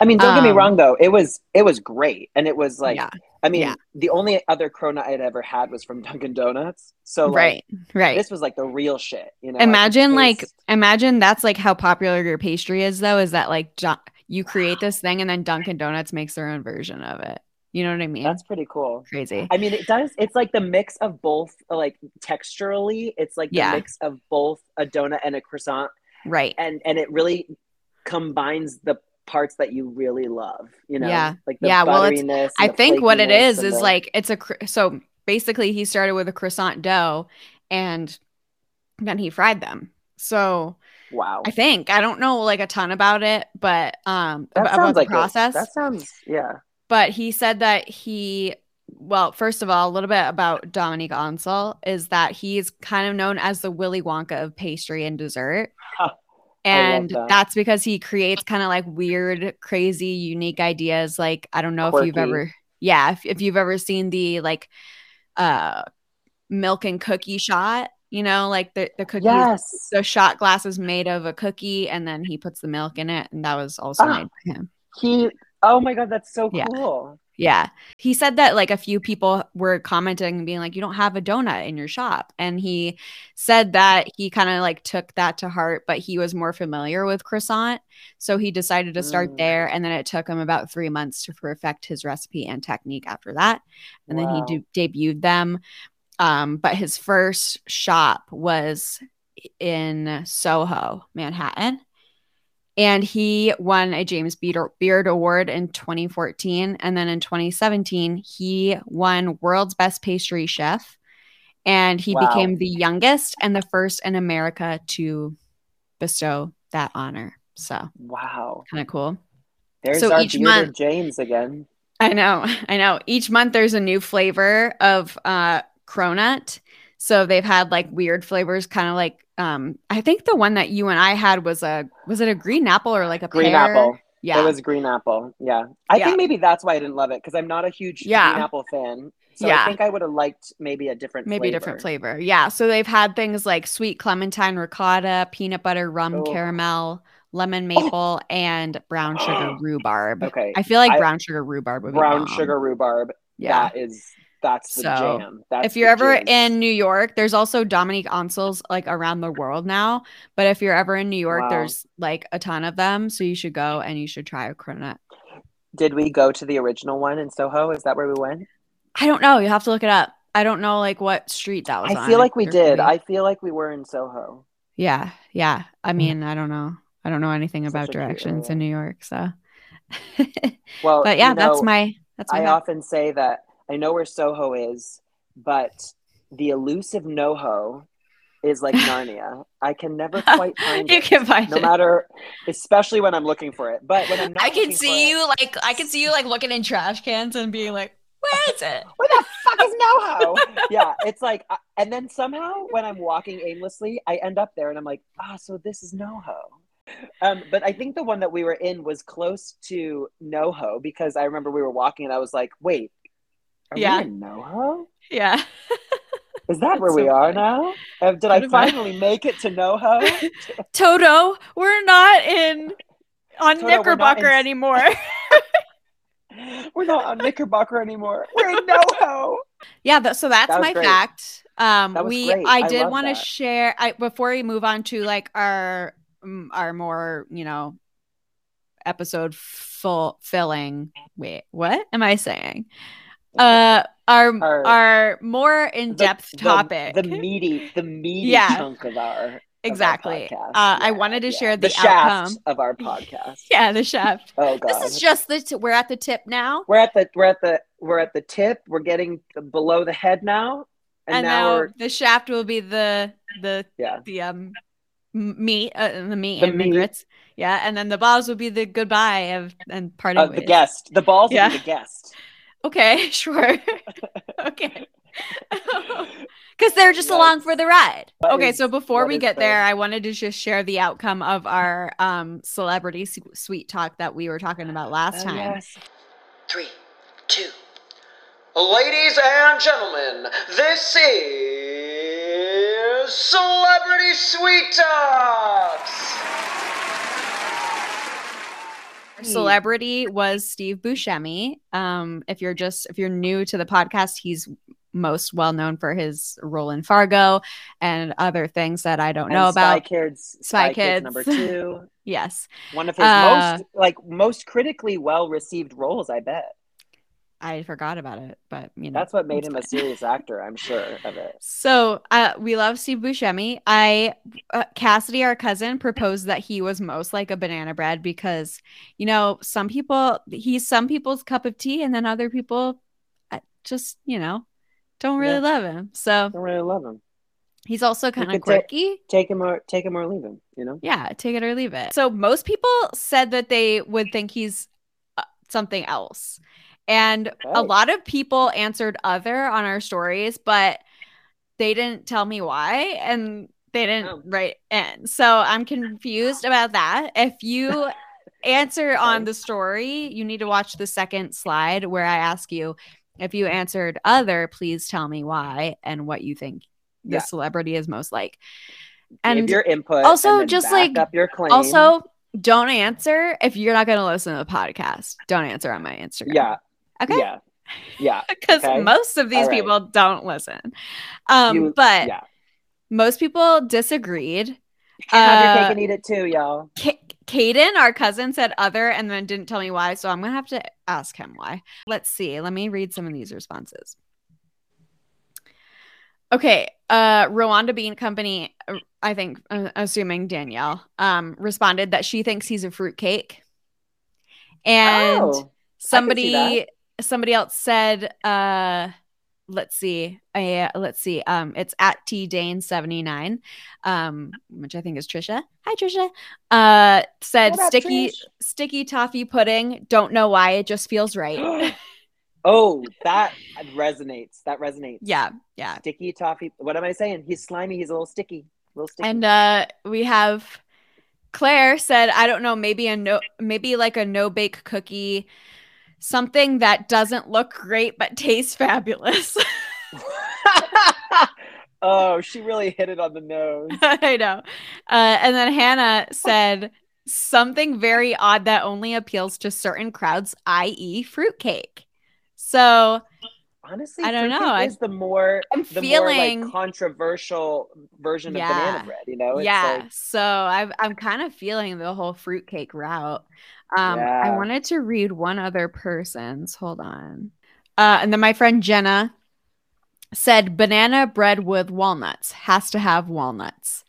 Speaker 1: I mean, don't get me
Speaker 2: Um,
Speaker 1: wrong though. It was it was great, and it was like
Speaker 2: Yeah.
Speaker 1: I mean,
Speaker 2: Yeah.
Speaker 1: the only other cronut I'd ever had was from Dunkin' Donuts. So like,
Speaker 2: right, right.
Speaker 1: this was like the real shit. You know, I could
Speaker 2: imagine like
Speaker 1: taste-
Speaker 2: imagine that's like how popular your pastry is though. Is that like do- you create this thing and then Dunkin' Donuts makes their own version of it? You know what I mean?
Speaker 1: that's pretty cool.
Speaker 2: crazy.
Speaker 1: I mean, it does. It's like the mix of both, like texturally, it's like the
Speaker 2: Yeah.
Speaker 1: mix of both a donut and a croissant,
Speaker 2: right.
Speaker 1: and and it really combines the parts that you really love. You know,
Speaker 2: Yeah.
Speaker 1: like the yeah,
Speaker 2: Yeah, well, it's-
Speaker 1: butteriness.
Speaker 2: I
Speaker 1: and the
Speaker 2: think what it
Speaker 1: flakiness
Speaker 2: is
Speaker 1: and
Speaker 2: is
Speaker 1: the-
Speaker 2: like it's a cr- so basically he started with a croissant dough and then he fried them. So
Speaker 1: wow.
Speaker 2: I think I don't know like a ton about it, but um ab-
Speaker 1: that
Speaker 2: about
Speaker 1: sounds
Speaker 2: the
Speaker 1: like it.
Speaker 2: process.
Speaker 1: That sounds yeah.
Speaker 2: But he said that he well, first of all, a little bit about Dominique Ansel is that he's kind of known as the Willy Wonka of pastry and dessert.
Speaker 1: (laughs) I love
Speaker 2: And
Speaker 1: that.
Speaker 2: that's because he creates kind of like weird, crazy, unique ideas. Like, I don't know if you've
Speaker 1: Quirky.
Speaker 2: ever, yeah, if, if you've ever seen the like uh milk and cookie shot you know, like the, the cookies,
Speaker 1: Yes.
Speaker 2: the shot glass is made of a cookie and then he puts the milk in it. And that was also
Speaker 1: Ah.
Speaker 2: made by him.
Speaker 1: He. Oh my god, that's so
Speaker 2: Yeah.
Speaker 1: cool.
Speaker 2: Yeah. He said that like a few people were commenting and being like, you don't have a donut in your shop. And he said that he kind of like took that to heart, but he was more familiar with croissant. So he decided to start
Speaker 1: Mm.
Speaker 2: there. And then it took him about three months to perfect his recipe and technique after that. And
Speaker 1: Wow.
Speaker 2: then he de- debuted them. Um, but his first shop was in Soho, Manhattan and he won a James Beard, Beard Award in 2014. And then in 2017, he won World's Best Pastry Chef. And he
Speaker 1: Wow.
Speaker 2: became the youngest and the first in America to bestow that honor. So
Speaker 1: Wow.
Speaker 2: kind of cool.
Speaker 1: There's
Speaker 2: So
Speaker 1: our
Speaker 2: each
Speaker 1: bearded
Speaker 2: month-
Speaker 1: James again.
Speaker 2: I know, (laughs) I know. Each month there's a new flavor of uh cronut. So they've had like weird flavors, kind of like um, I think the one that you and I had was a was it a green apple or like a
Speaker 1: Green
Speaker 2: pear?
Speaker 1: apple.
Speaker 2: Yeah.
Speaker 1: It was green apple. Yeah. I
Speaker 2: Yeah.
Speaker 1: think maybe that's why I didn't love it because I'm not a huge
Speaker 2: Yeah.
Speaker 1: green apple fan. So
Speaker 2: Yeah.
Speaker 1: I think I would have liked maybe a different
Speaker 2: maybe
Speaker 1: flavor.
Speaker 2: a different flavor. Yeah. So they've had things like sweet clementine ricotta, peanut butter rum
Speaker 1: Oh.
Speaker 2: caramel, lemon maple, and brown
Speaker 1: (gasps)
Speaker 2: sugar rhubarb.
Speaker 1: Okay.
Speaker 2: I feel like
Speaker 1: I-
Speaker 2: brown sugar rhubarb would be
Speaker 1: Brown
Speaker 2: bomb.
Speaker 1: sugar rhubarb.
Speaker 2: Yeah.
Speaker 1: That is that's the
Speaker 2: So,
Speaker 1: jam. That's
Speaker 2: if you're
Speaker 1: the
Speaker 2: ever
Speaker 1: jam.
Speaker 2: in New York, there's also Dominique Ansel's like around the world now. But if you're ever in New York,
Speaker 1: Wow.
Speaker 2: there's like a ton of them. So you should go and you should try a cronut.
Speaker 1: Did we go to the original one in Soho? Is that where we went?
Speaker 2: I don't know. You have to look it up. I don't know like what street that was
Speaker 1: I
Speaker 2: on.
Speaker 1: feel like we
Speaker 2: There could
Speaker 1: did.
Speaker 2: be-
Speaker 1: I feel like we were in Soho.
Speaker 2: Yeah, yeah. I mean, I don't know. I don't know anything
Speaker 1: Such
Speaker 2: about
Speaker 1: a cute
Speaker 2: directions in
Speaker 1: area.
Speaker 2: New York, so. (laughs)
Speaker 1: Well,
Speaker 2: but yeah,
Speaker 1: you
Speaker 2: that's
Speaker 1: know,
Speaker 2: my that's my
Speaker 1: I
Speaker 2: hub.
Speaker 1: often say that I know where Soho is, but the elusive NoHo is
Speaker 2: (laughs)
Speaker 1: like Narnia. I can never quite find
Speaker 2: You
Speaker 1: it.
Speaker 2: can find
Speaker 1: no
Speaker 2: it.
Speaker 1: matter, especially when I'm looking for it. But when I'm not
Speaker 2: I can
Speaker 1: looking for
Speaker 2: see
Speaker 1: it,
Speaker 2: you like I can see you like looking in trash cans and being like, "Where is it?"
Speaker 1: Where the fuck is NoHo?
Speaker 2: (laughs)
Speaker 1: yeah, it's like, I- and then somehow when I'm walking aimlessly, I end up there, and I'm like, ah, so this is NoHo. Um, but I think the one that we were in was close to NoHo because I remember we were walking, and I was like, wait, are
Speaker 2: Yeah.
Speaker 1: we in NoHo?
Speaker 2: (laughs) Yeah.
Speaker 1: Is that where
Speaker 2: That's
Speaker 1: we
Speaker 2: so
Speaker 1: are
Speaker 2: funny.
Speaker 1: now? Uh, Did
Speaker 2: What
Speaker 1: I
Speaker 2: am I-
Speaker 1: finally make it to
Speaker 2: (laughs)
Speaker 1: NoHo?
Speaker 2: Toto, we're not in
Speaker 1: Toto, we're
Speaker 2: on
Speaker 1: not
Speaker 2: Knickerbocker
Speaker 1: in- (laughs)
Speaker 2: anymore.
Speaker 1: We're not on Knickerbocker anymore. We're in
Speaker 2: (laughs)
Speaker 1: NoHo.
Speaker 2: yeah, that, so that's
Speaker 1: That was
Speaker 2: my
Speaker 1: great.
Speaker 2: fact. Um
Speaker 1: That was
Speaker 2: we
Speaker 1: great.
Speaker 2: I
Speaker 1: I
Speaker 2: did
Speaker 1: love
Speaker 2: want to
Speaker 1: that.
Speaker 2: share I before we move on to like our mm, our more, you know, episode full filling. Wait, what am I saying? Uh our our,
Speaker 1: Our-
Speaker 2: more
Speaker 1: The-
Speaker 2: in-depth
Speaker 1: the-
Speaker 2: topic.
Speaker 1: The, meaty, the meaty
Speaker 2: Yeah.
Speaker 1: chunk of our
Speaker 2: exactly.
Speaker 1: Of our podcast.
Speaker 2: uh, I
Speaker 1: Yeah,
Speaker 2: wanted to
Speaker 1: yeah.
Speaker 2: share the,
Speaker 1: shaft
Speaker 2: outcome.
Speaker 1: of our podcast.
Speaker 2: Yeah,
Speaker 1: (laughs)
Speaker 2: the shaft.
Speaker 1: Oh god.
Speaker 2: (laughs) This is just the t- we're at the tip now.
Speaker 1: we're at the we're at the we're at the tip. We're getting below the head now. And, now, we're uh,
Speaker 2: the shaft will be the the
Speaker 1: yeah.
Speaker 2: the um m- meat uh, the meat
Speaker 1: The
Speaker 2: and the
Speaker 1: meat.
Speaker 2: grits yeah and then the balls will be the goodbye of and parting
Speaker 1: Uh, the
Speaker 2: ways.
Speaker 1: guest. The balls
Speaker 2: Yeah.
Speaker 1: yeah. the
Speaker 2: (laughs)
Speaker 1: guest.
Speaker 2: okay sure (laughs) okay (laughs) because they're just along for the ride
Speaker 1: What
Speaker 2: okay
Speaker 1: is-
Speaker 2: so before
Speaker 1: what
Speaker 2: we
Speaker 1: is
Speaker 2: get
Speaker 1: the-
Speaker 2: there i wanted to just share the outcome of our um celebrity su- sweet talk that we were talking about last
Speaker 1: Oh,
Speaker 2: time
Speaker 1: yes.
Speaker 3: three, two. Ladies and gentlemen, this is Celebrity Sweet Talks.
Speaker 2: Our celebrity was Steve Buscemi. Um, if you're just if you're new to the podcast, he's most well known for his role in Fargo and other things that I don't know
Speaker 1: And Spy
Speaker 2: about.
Speaker 1: Kids.
Speaker 2: Spy
Speaker 1: Spy,
Speaker 2: Kids.
Speaker 1: Kids (laughs) number two.
Speaker 2: Yes,
Speaker 1: One of his
Speaker 2: Uh,
Speaker 1: most like most critically well received roles, I bet.
Speaker 2: I forgot about it, but you know
Speaker 1: That's what made him a
Speaker 2: it's fine.
Speaker 1: serious actor, I'm sure of it.
Speaker 2: So uh, we love Steve Buscemi. I uh, Cassidy, our cousin, proposed that he was most like a banana bread because you know some people he's some people's cup of tea, and then other people uh, just you know don't really
Speaker 1: Yeah.
Speaker 2: love him. So
Speaker 1: I really love him.
Speaker 2: He's also kind of
Speaker 1: could take-
Speaker 2: quirky.
Speaker 1: Take him or take him or leave him, you know?
Speaker 2: yeah, take it or leave it. So most people said that they would think he's uh, something else. And a
Speaker 1: Okay.
Speaker 2: lot of people answered other on our stories, but they didn't tell me why and they didn't
Speaker 1: Oh.
Speaker 2: write in. So
Speaker 1: (laughs)
Speaker 2: I'm confused about that. If you answer on
Speaker 1: Okay.
Speaker 2: the story, you need to watch the second slide where I ask you if you answered other, please tell me why and what you think the
Speaker 1: Yeah.
Speaker 2: celebrity is most like.
Speaker 1: Give your input.
Speaker 2: also
Speaker 1: and then
Speaker 2: just,
Speaker 1: back
Speaker 2: like,
Speaker 1: up your claim.
Speaker 2: Also, don't answer if you're not going to listen to the podcast. Don't answer on my Instagram.
Speaker 1: yeah,
Speaker 2: Okay.
Speaker 1: yeah, yeah.
Speaker 2: Because
Speaker 1: okay.
Speaker 2: most of these
Speaker 1: All right.
Speaker 2: people don't listen. Um,
Speaker 1: You-
Speaker 2: but
Speaker 1: yeah.
Speaker 2: most people disagreed.
Speaker 1: Have your
Speaker 2: Uh,
Speaker 1: cake and eat it too, y'all.
Speaker 2: Ka- Caden, our cousin, said other and then didn't tell me why. So I'm going to have to ask him why. Let's see. Let me read some of these responses. Okay. Uh, Rwanda Bean Company, uh, I think, uh, assuming Danielle, um, responded that she thinks he's a fruitcake. And
Speaker 1: oh,
Speaker 2: somebody somebody else said uh let's see I, uh, let's see um it's at t dane 79 um which i think is trisha hi trisha uh said
Speaker 1: what up,
Speaker 2: sticky sticky toffee pudding don't know why it just feels
Speaker 1: (gasps)
Speaker 2: right (gasps) (laughs)
Speaker 1: Trish? oh, that resonates. That resonates.
Speaker 2: yeah yeah
Speaker 1: Sticky toffee. What am I saying? He's slimy. He's a little sticky. little sticky.
Speaker 2: and uh we have claire said i don't know maybe a no maybe like a no bake cookie something that doesn't look great but tastes fabulous
Speaker 1: (laughs)
Speaker 2: (laughs)
Speaker 1: oh, she really hit it on the nose.
Speaker 2: (laughs) I know. Uh, and then Hannah said something very odd that only appeals to certain crowds, i.e., fruitcake. So
Speaker 1: Honestly,
Speaker 2: I don't know.
Speaker 1: fruitcake
Speaker 2: I-
Speaker 1: Is the more
Speaker 2: I'm
Speaker 1: the more
Speaker 2: feeling,
Speaker 1: like controversial version of
Speaker 2: Yeah.
Speaker 1: banana bread. You know? It's
Speaker 2: yeah.
Speaker 1: like-
Speaker 2: so I've, I'm kind of feeling the whole fruitcake route. Um, I
Speaker 1: Yeah.
Speaker 2: wanted to read one other person's. Hold on. Uh, and then my friend Jenna said banana bread with walnuts has to have walnuts.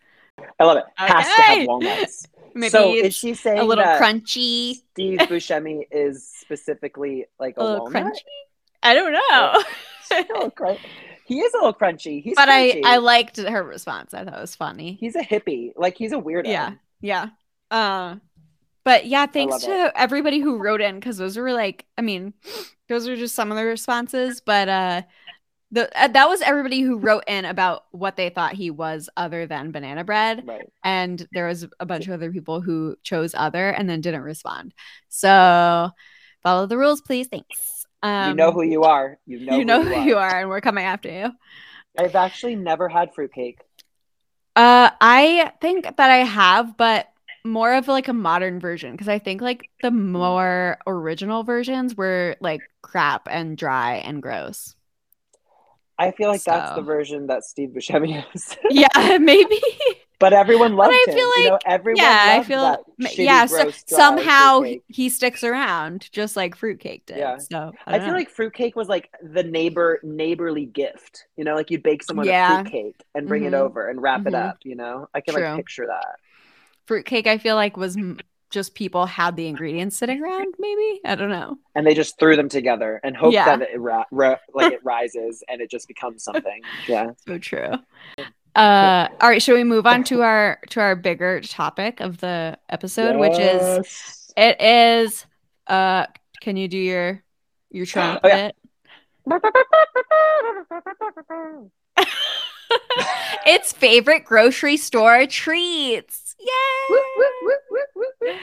Speaker 1: I love it. Has to
Speaker 2: Okay.
Speaker 1: have walnuts.
Speaker 2: (laughs) Maybe
Speaker 1: so is
Speaker 2: it's
Speaker 1: she saying
Speaker 2: a little
Speaker 1: that
Speaker 2: crunchy.
Speaker 1: Steve Buscemi is specifically like a, Oh,
Speaker 2: a little
Speaker 1: walnut?
Speaker 2: Uh, crunchy. I don't (laughs) know.
Speaker 1: He's (laughs) a little crun- He is a little crunchy. He's
Speaker 2: but I,
Speaker 1: crunchy.
Speaker 2: I liked her response. I thought it was funny.
Speaker 1: he's a hippie. Like he's a weirdo.
Speaker 2: Yeah. Yeah. Uh, but yeah, thanks
Speaker 1: love
Speaker 2: to everybody who wrote in because those were like, I mean, (sniffs) those are just some of the responses. But uh, the, uh, that was everybody who wrote in about what they thought he was other than banana bread.
Speaker 1: Right.
Speaker 2: And there was a bunch of other people who chose other and then didn't respond. So follow the rules, please. Thanks. Um,
Speaker 1: you know who you are. You know
Speaker 2: you know
Speaker 1: who
Speaker 2: who you are, and we're coming after you.
Speaker 1: I've actually never had fruitcake.
Speaker 2: Uh, I think that I have, but more of like a modern version because I think like the more original versions were like crap and dry
Speaker 1: (laughs)
Speaker 2: and gross.
Speaker 1: I feel like that's
Speaker 2: So.
Speaker 1: the version that Steve Buscemi is. (laughs)
Speaker 2: Yeah, (laughs) maybe.
Speaker 1: but everyone loved
Speaker 2: I
Speaker 1: him.
Speaker 2: feel
Speaker 1: you know,
Speaker 2: like-
Speaker 1: everyone
Speaker 2: yeah, I
Speaker 1: loved
Speaker 2: feel.
Speaker 1: that
Speaker 2: ma-
Speaker 1: shitty,
Speaker 2: Yeah, so
Speaker 1: gross, dry
Speaker 2: somehow he,
Speaker 1: fruitcake.
Speaker 2: he sticks around just like fruitcake did.
Speaker 1: Yeah.
Speaker 2: So I,
Speaker 1: I,
Speaker 2: don't
Speaker 1: feel
Speaker 2: know.
Speaker 1: like fruitcake was like the neighbor neighborly gift. You know, like you'd bake someone a
Speaker 2: Yeah.
Speaker 1: fruitcake and bring
Speaker 2: Mhm.
Speaker 1: it over and wrap it
Speaker 2: Mhm.
Speaker 1: up, you know? I can
Speaker 2: True.
Speaker 1: like picture that.
Speaker 2: fruitcake. I feel like was m- just people had the ingredients sitting around. Maybe I don't know.
Speaker 1: And they just threw them together and hope
Speaker 2: Yeah.
Speaker 1: that it ra- ra- like it rises and it just becomes something.
Speaker 2: (laughs)
Speaker 1: Yeah.
Speaker 2: So true. Uh, all right, should we
Speaker 1: (laughs)
Speaker 2: move on to our to our bigger topic of the episode, which is
Speaker 1: Yes.
Speaker 2: it is uh can you do your your trumpet?
Speaker 1: Oh, yeah.
Speaker 2: It's favorite grocery store treats. Yay!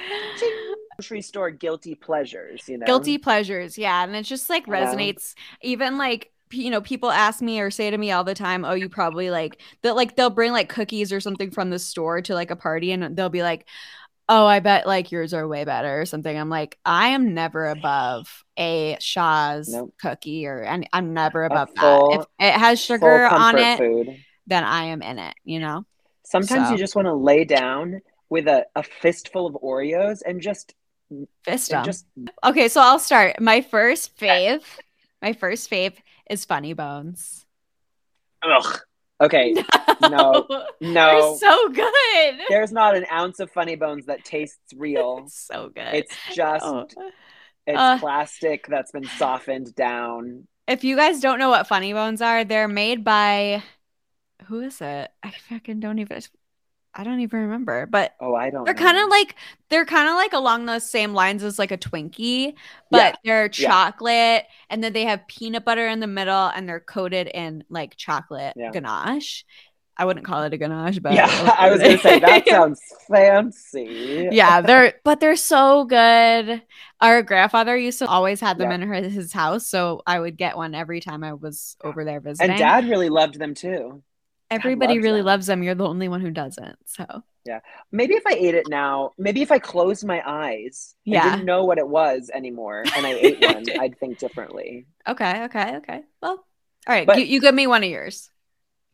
Speaker 1: grocery store guilty pleasures, you know.
Speaker 2: Guilty pleasures, yeah, and it just like
Speaker 1: Yeah.
Speaker 2: resonates. Even like p- you know, people ask me or say to me all the time, "Oh, you probably like that." Like they'll bring like cookies or something from the store to like a party, and they'll be like, "Oh, I bet like yours are way better" or something. I'm like, I am never above a Shaw's
Speaker 1: Nope.
Speaker 2: cookie, or and I'm never above
Speaker 1: full-
Speaker 2: that. If it has
Speaker 1: Full
Speaker 2: sugar on
Speaker 1: comfort
Speaker 2: it,
Speaker 1: Food.
Speaker 2: then I am in it. You know,
Speaker 1: Sometimes
Speaker 2: So.
Speaker 1: you just want to lay down with a, a fistful of Oreos and just
Speaker 2: fist
Speaker 1: and
Speaker 2: 'em.
Speaker 1: just
Speaker 2: Okay, so I'll start. My first fave, my first fave is Funny Bones.
Speaker 1: ugh.
Speaker 2: (laughs)
Speaker 1: Okay, No.
Speaker 2: They're
Speaker 1: no.
Speaker 2: so good. (laughs)
Speaker 1: There's not an ounce of funny bones that tastes real.
Speaker 2: (laughs) so good.
Speaker 1: It's just
Speaker 2: Oh.
Speaker 1: it's
Speaker 2: Uh.
Speaker 1: plastic that's been softened down.
Speaker 2: If you guys don't know what Funny Bones are, they're made by who is it? I fucking don't even I don't even remember, but
Speaker 1: Oh, I don't
Speaker 2: they're
Speaker 1: know.
Speaker 2: kind of like they're kind of like along those same lines as like a Twinkie, but they're
Speaker 1: yeah.
Speaker 2: chocolate and then they have peanut butter in the middle and they're coated in like chocolate
Speaker 1: Yeah.
Speaker 2: ganache. I wouldn't call it a ganache, but
Speaker 1: Yeah, (laughs) I was gonna say
Speaker 2: (laughs)
Speaker 1: that sounds fancy.
Speaker 2: yeah, they're but they're so good. Our grandfather used to always have them in her, his house, so I would get one every time I was over there visiting.
Speaker 1: And dad really loved them too.
Speaker 2: Everybody
Speaker 1: love
Speaker 2: really
Speaker 1: that.
Speaker 2: loves them. You're the only one who doesn't. So
Speaker 1: Maybe if I ate it now, maybe if I closed my eyes and
Speaker 2: Yeah.
Speaker 1: didn't know what it was anymore and
Speaker 2: (laughs)
Speaker 1: I ate one, I'd think differently.
Speaker 2: okay, okay, okay. Well, all right.
Speaker 1: But-
Speaker 2: you, you give me one of yours.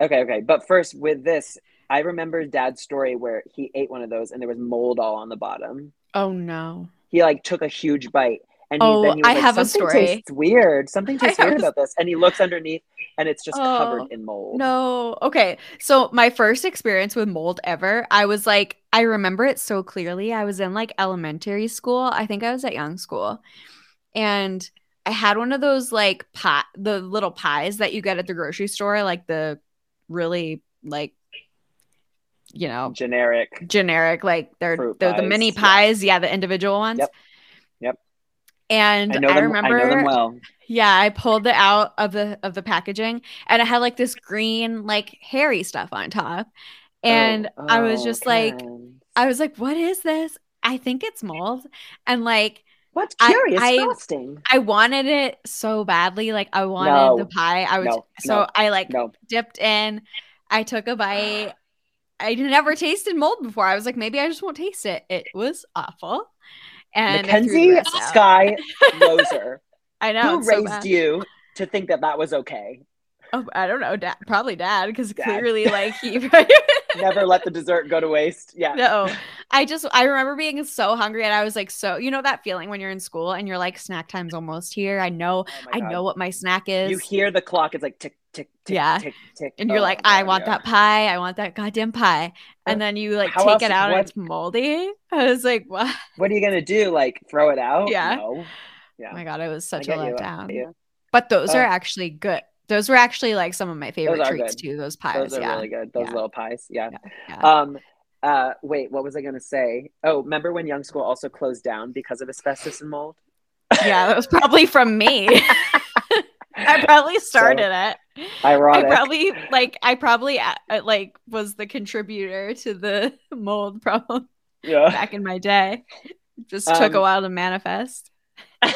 Speaker 1: Okay, okay. But first, with this, I remember dad's story where he ate one of those and there was mold all on the bottom.
Speaker 2: Oh no.
Speaker 1: He like took a huge bite and he,
Speaker 2: Oh,
Speaker 1: then he was
Speaker 2: I
Speaker 1: like,
Speaker 2: have a
Speaker 1: "Something
Speaker 2: story."
Speaker 1: tastes weird. Something tastes
Speaker 2: (laughs) I
Speaker 1: weird
Speaker 2: have a
Speaker 1: about this. And he looks underneath and it's just
Speaker 2: Oh,
Speaker 1: covered in mold.
Speaker 2: No. Okay. So my first experience with mold ever, I was like, I remember it so clearly. I was in like elementary school. I think I was at Young School. And I had one of those like pot the little pies that you get at the grocery store, like the really like you know,
Speaker 1: Generic.
Speaker 2: generic, like they're
Speaker 1: Fruit
Speaker 2: they're the mini
Speaker 1: pies, yeah.
Speaker 2: pies, yeah, the individual ones.
Speaker 1: Yep. Yep.
Speaker 2: And
Speaker 1: I
Speaker 2: I,
Speaker 1: know them
Speaker 2: remember
Speaker 1: I know them well.
Speaker 2: yeah, I pulled it out of the of the packaging and it had like this green like hairy stuff on top. And
Speaker 1: Oh,
Speaker 2: I was
Speaker 1: oh,
Speaker 2: just like
Speaker 1: Karen.
Speaker 2: I was like what is this? I think it's mold. And like
Speaker 1: What
Speaker 2: I-
Speaker 1: curious
Speaker 2: I-
Speaker 1: frosting.
Speaker 2: I wanted it so badly like I wanted
Speaker 1: No.
Speaker 2: the pie. I was
Speaker 1: No,
Speaker 2: so
Speaker 1: no,
Speaker 2: I like
Speaker 1: No.
Speaker 2: dipped in. I took a bite. I never tasted mold before. I was like maybe I just won't taste it. It was awful. And I threw
Speaker 1: Mackenzie
Speaker 2: the rest out. (laughs)
Speaker 1: Sky Loser.
Speaker 2: I know
Speaker 1: Who
Speaker 2: it's so
Speaker 1: raised
Speaker 2: bad.
Speaker 1: you to think that that was okay?
Speaker 2: Oh, I don't know, dad, probably dad, because
Speaker 1: Dad.
Speaker 2: clearly, like
Speaker 1: (laughs)
Speaker 2: he. (laughs)
Speaker 1: Never let the dessert go to waste. Yeah.
Speaker 2: no, I just I remember being so hungry, and I was like, so you know that feeling when you're in school and you're like, snack time's almost here. I know,
Speaker 1: Oh my
Speaker 2: I
Speaker 1: God.
Speaker 2: know what my snack
Speaker 1: You
Speaker 2: is,
Speaker 1: hear the clock. It's like tick, tick, tick,
Speaker 2: Yeah.
Speaker 1: tick, tick.
Speaker 2: and you're
Speaker 1: Oh
Speaker 2: like,
Speaker 1: my
Speaker 2: I
Speaker 1: God,
Speaker 2: want
Speaker 1: yeah.
Speaker 2: that pie, I want that goddamn pie, and then you like
Speaker 1: How
Speaker 2: take
Speaker 1: else-
Speaker 2: it out,
Speaker 1: what-
Speaker 2: and it's moldy. I was like, what?
Speaker 1: What are you gonna do? Like throw it out?
Speaker 2: Yeah.
Speaker 1: No.
Speaker 2: Oh
Speaker 1: Yeah.
Speaker 2: my god, it was such a
Speaker 1: get you, I get
Speaker 2: letdown.
Speaker 1: you.
Speaker 2: But those are
Speaker 1: Ugh.
Speaker 2: actually good. Those were actually like some of my favorite
Speaker 1: are
Speaker 2: treats
Speaker 1: good.
Speaker 2: too. Those pies,
Speaker 1: Those are
Speaker 2: yeah.
Speaker 1: really good. Those
Speaker 2: Yeah.
Speaker 1: little pies. Yeah.
Speaker 2: yeah.
Speaker 1: Um. Uh. Wait. What was I gonna say? Oh, remember when Young School also closed down because of asbestos and mold?
Speaker 2: yeah, that was probably
Speaker 1: (laughs)
Speaker 2: from me. (laughs) I probably started it. I
Speaker 1: Ironic.
Speaker 2: probably like I probably uh, uh, like was the contributor to the (laughs) mold problem (laughs)
Speaker 1: yeah.
Speaker 2: back in my day. It Just took a
Speaker 1: Um,
Speaker 2: while to manifest.
Speaker 1: (laughs)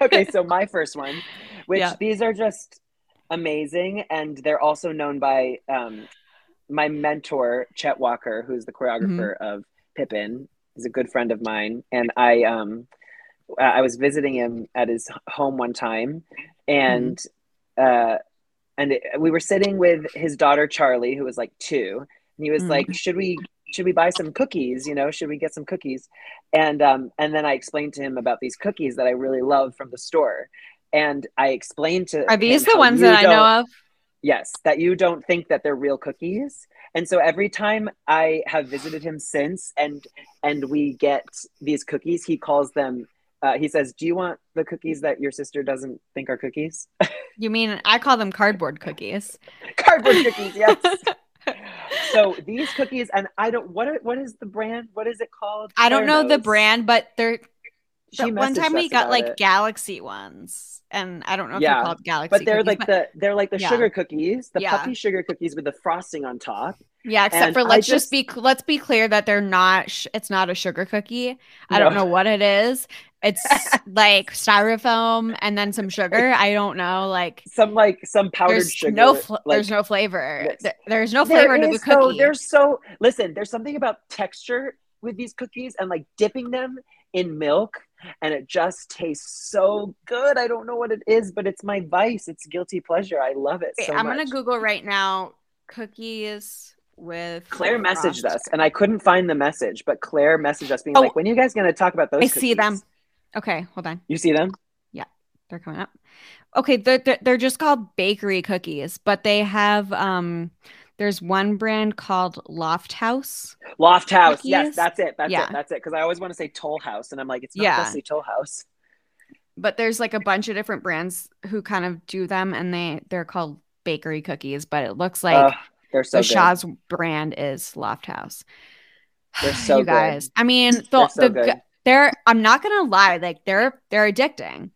Speaker 1: okay, so my first one, which
Speaker 2: Yeah.
Speaker 1: these are just amazing, and they're also known by um, my mentor Chet Walker, who's the choreographer of Pippin. He's a good friend of mine, and I um, uh, I was visiting him at his h- home one time, and uh, and it, we were sitting with his daughter Charlie, who was like two, and he was
Speaker 2: Mhm.
Speaker 1: like, "Should we?" Should we buy some cookies? You know, should we get some cookies? and um, and then I explained to him about these cookies that I really love from the store, and I explained to
Speaker 2: Are these
Speaker 1: him
Speaker 2: the
Speaker 1: how
Speaker 2: ones
Speaker 1: you
Speaker 2: that I
Speaker 1: don't-
Speaker 2: know of?
Speaker 1: Yes, that you don't think that they're real cookies, and so every time I have visited him since, and and we get these cookies, he calls them. Uh, he says, "Do you want the cookies that your sister doesn't think are cookies? (laughs)
Speaker 2: You mean I call them cardboard cookies?
Speaker 1: Cardboard cookies,
Speaker 2: (laughs)
Speaker 1: yes." so these cookies, and I don't. What are, what is the brand? What is it called?
Speaker 2: I don't
Speaker 1: Claire
Speaker 2: know the
Speaker 1: knows.
Speaker 2: brand, but they're
Speaker 1: She
Speaker 2: but one
Speaker 1: messaged
Speaker 2: time we
Speaker 1: us
Speaker 2: got
Speaker 1: about
Speaker 2: like
Speaker 1: it.
Speaker 2: galaxy ones, and I don't know if
Speaker 1: Yeah,
Speaker 2: they're called galaxy.
Speaker 1: but they're
Speaker 2: cookies,
Speaker 1: like the they're like the
Speaker 2: yeah.
Speaker 1: sugar cookies, the
Speaker 2: Yeah.
Speaker 1: puffy sugar cookies with the frosting on top.
Speaker 2: Yeah, except
Speaker 1: And
Speaker 2: for
Speaker 1: I
Speaker 2: let's just,
Speaker 1: just-
Speaker 2: be cl- let's be clear that they're not. Sh- it's not a sugar cookie. I don't
Speaker 1: No.
Speaker 2: know what it is. It's like styrofoam and then some sugar. I don't know. Like
Speaker 1: (laughs) Some like some powdered
Speaker 2: there's
Speaker 1: sugar.
Speaker 2: no fl-
Speaker 1: like-
Speaker 2: there's no flavor.
Speaker 1: Yes.
Speaker 2: There- there's no
Speaker 1: There
Speaker 2: flavor to the
Speaker 1: is, though,
Speaker 2: cookie.
Speaker 1: they're so listen. There's something about texture with these cookies and like dipping them in milk, and it just tastes so good. I don't know what it is, but it's my vice. It's guilty pleasure. I love it
Speaker 2: Wait,
Speaker 1: so
Speaker 2: I'm
Speaker 1: much.
Speaker 2: gonna Google right now. Cookies with
Speaker 1: Claire messaged
Speaker 2: frost.
Speaker 1: us, and I couldn't find the message, but Claire messaged us being
Speaker 2: Oh.
Speaker 1: like, "When are you guys gonna talk about those?"
Speaker 2: I see them.
Speaker 1: cookies?"
Speaker 2: Okay, hold on.
Speaker 1: You see them?
Speaker 2: They're coming up. Okay, they're, they're they're just called bakery cookies, but they have um. There's one brand called Loft House.
Speaker 1: Loft House. Yes,
Speaker 2: Cookies?
Speaker 1: that's it. That's
Speaker 2: Yeah.
Speaker 1: it. That's it. Because I always want to say Toll House, and I'm like, it's not
Speaker 2: Yeah.
Speaker 1: necessarily Toll House.
Speaker 2: but there's like a bunch of different brands who kind of do them and they they're called bakery cookies but it looks like
Speaker 1: Ugh, they're Oh, so
Speaker 2: the
Speaker 1: good.
Speaker 2: shaw's brand is loft house (sighs)
Speaker 1: They're so
Speaker 2: you guys i mean
Speaker 1: They're
Speaker 2: the,
Speaker 1: so
Speaker 2: the
Speaker 1: good.
Speaker 2: they're i'm not gonna lie like they're they're addicting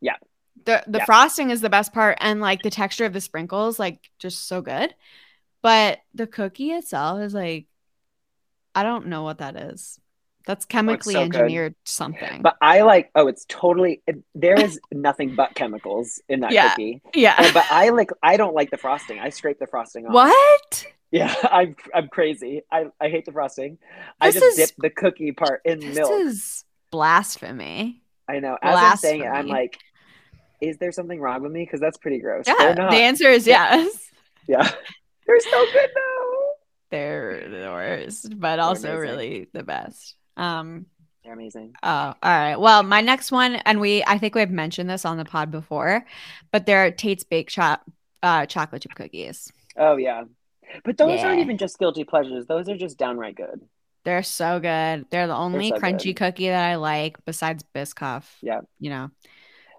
Speaker 1: Yeah.
Speaker 2: the the
Speaker 1: Yeah.
Speaker 2: frosting is the best part and like the texture of the sprinkles like just so good but the cookie itself is like i don't know what that is That's chemically
Speaker 1: so good.
Speaker 2: engineered something.
Speaker 1: But I like, oh, it's totally, it- there is nothing but chemicals in that
Speaker 2: Yeah.
Speaker 1: cookie. Uh,
Speaker 2: yeah.
Speaker 1: But I like, I don't like the frosting. I scrape the frosting off.
Speaker 2: (laughs) what?
Speaker 1: Yeah, (laughs) I'm, I'm crazy. I, I hate the frosting. I
Speaker 2: This
Speaker 1: just
Speaker 2: is-
Speaker 1: dip the cookie part in
Speaker 2: This
Speaker 1: milk.
Speaker 2: is blasphemy.
Speaker 1: I know. As I'm saying it, I'm
Speaker 2: blasphemy.
Speaker 1: like, is there something wrong with me? Because that's pretty gross.
Speaker 2: Yeah.
Speaker 1: They're
Speaker 2: The
Speaker 1: not.
Speaker 2: answer is yes. (laughs)
Speaker 1: yeah. (laughs) They're so good though.
Speaker 2: They're the worst, but also
Speaker 1: amazing.
Speaker 2: really the best. Um,
Speaker 1: They're amazing.
Speaker 2: Oh, all right. Well, my next one, and we I think we've mentioned this on the pod before, but there are Tate's Bake Shop uh, chocolate chip cookies.
Speaker 1: Oh yeah. But those aren't
Speaker 2: Yeah.
Speaker 1: even just guilty pleasures. Those are just downright good.
Speaker 2: They're so good. They're the only
Speaker 1: so
Speaker 2: crunchy
Speaker 1: good.
Speaker 2: cookie that I like besides Biscoff.
Speaker 1: Yeah.
Speaker 2: You know.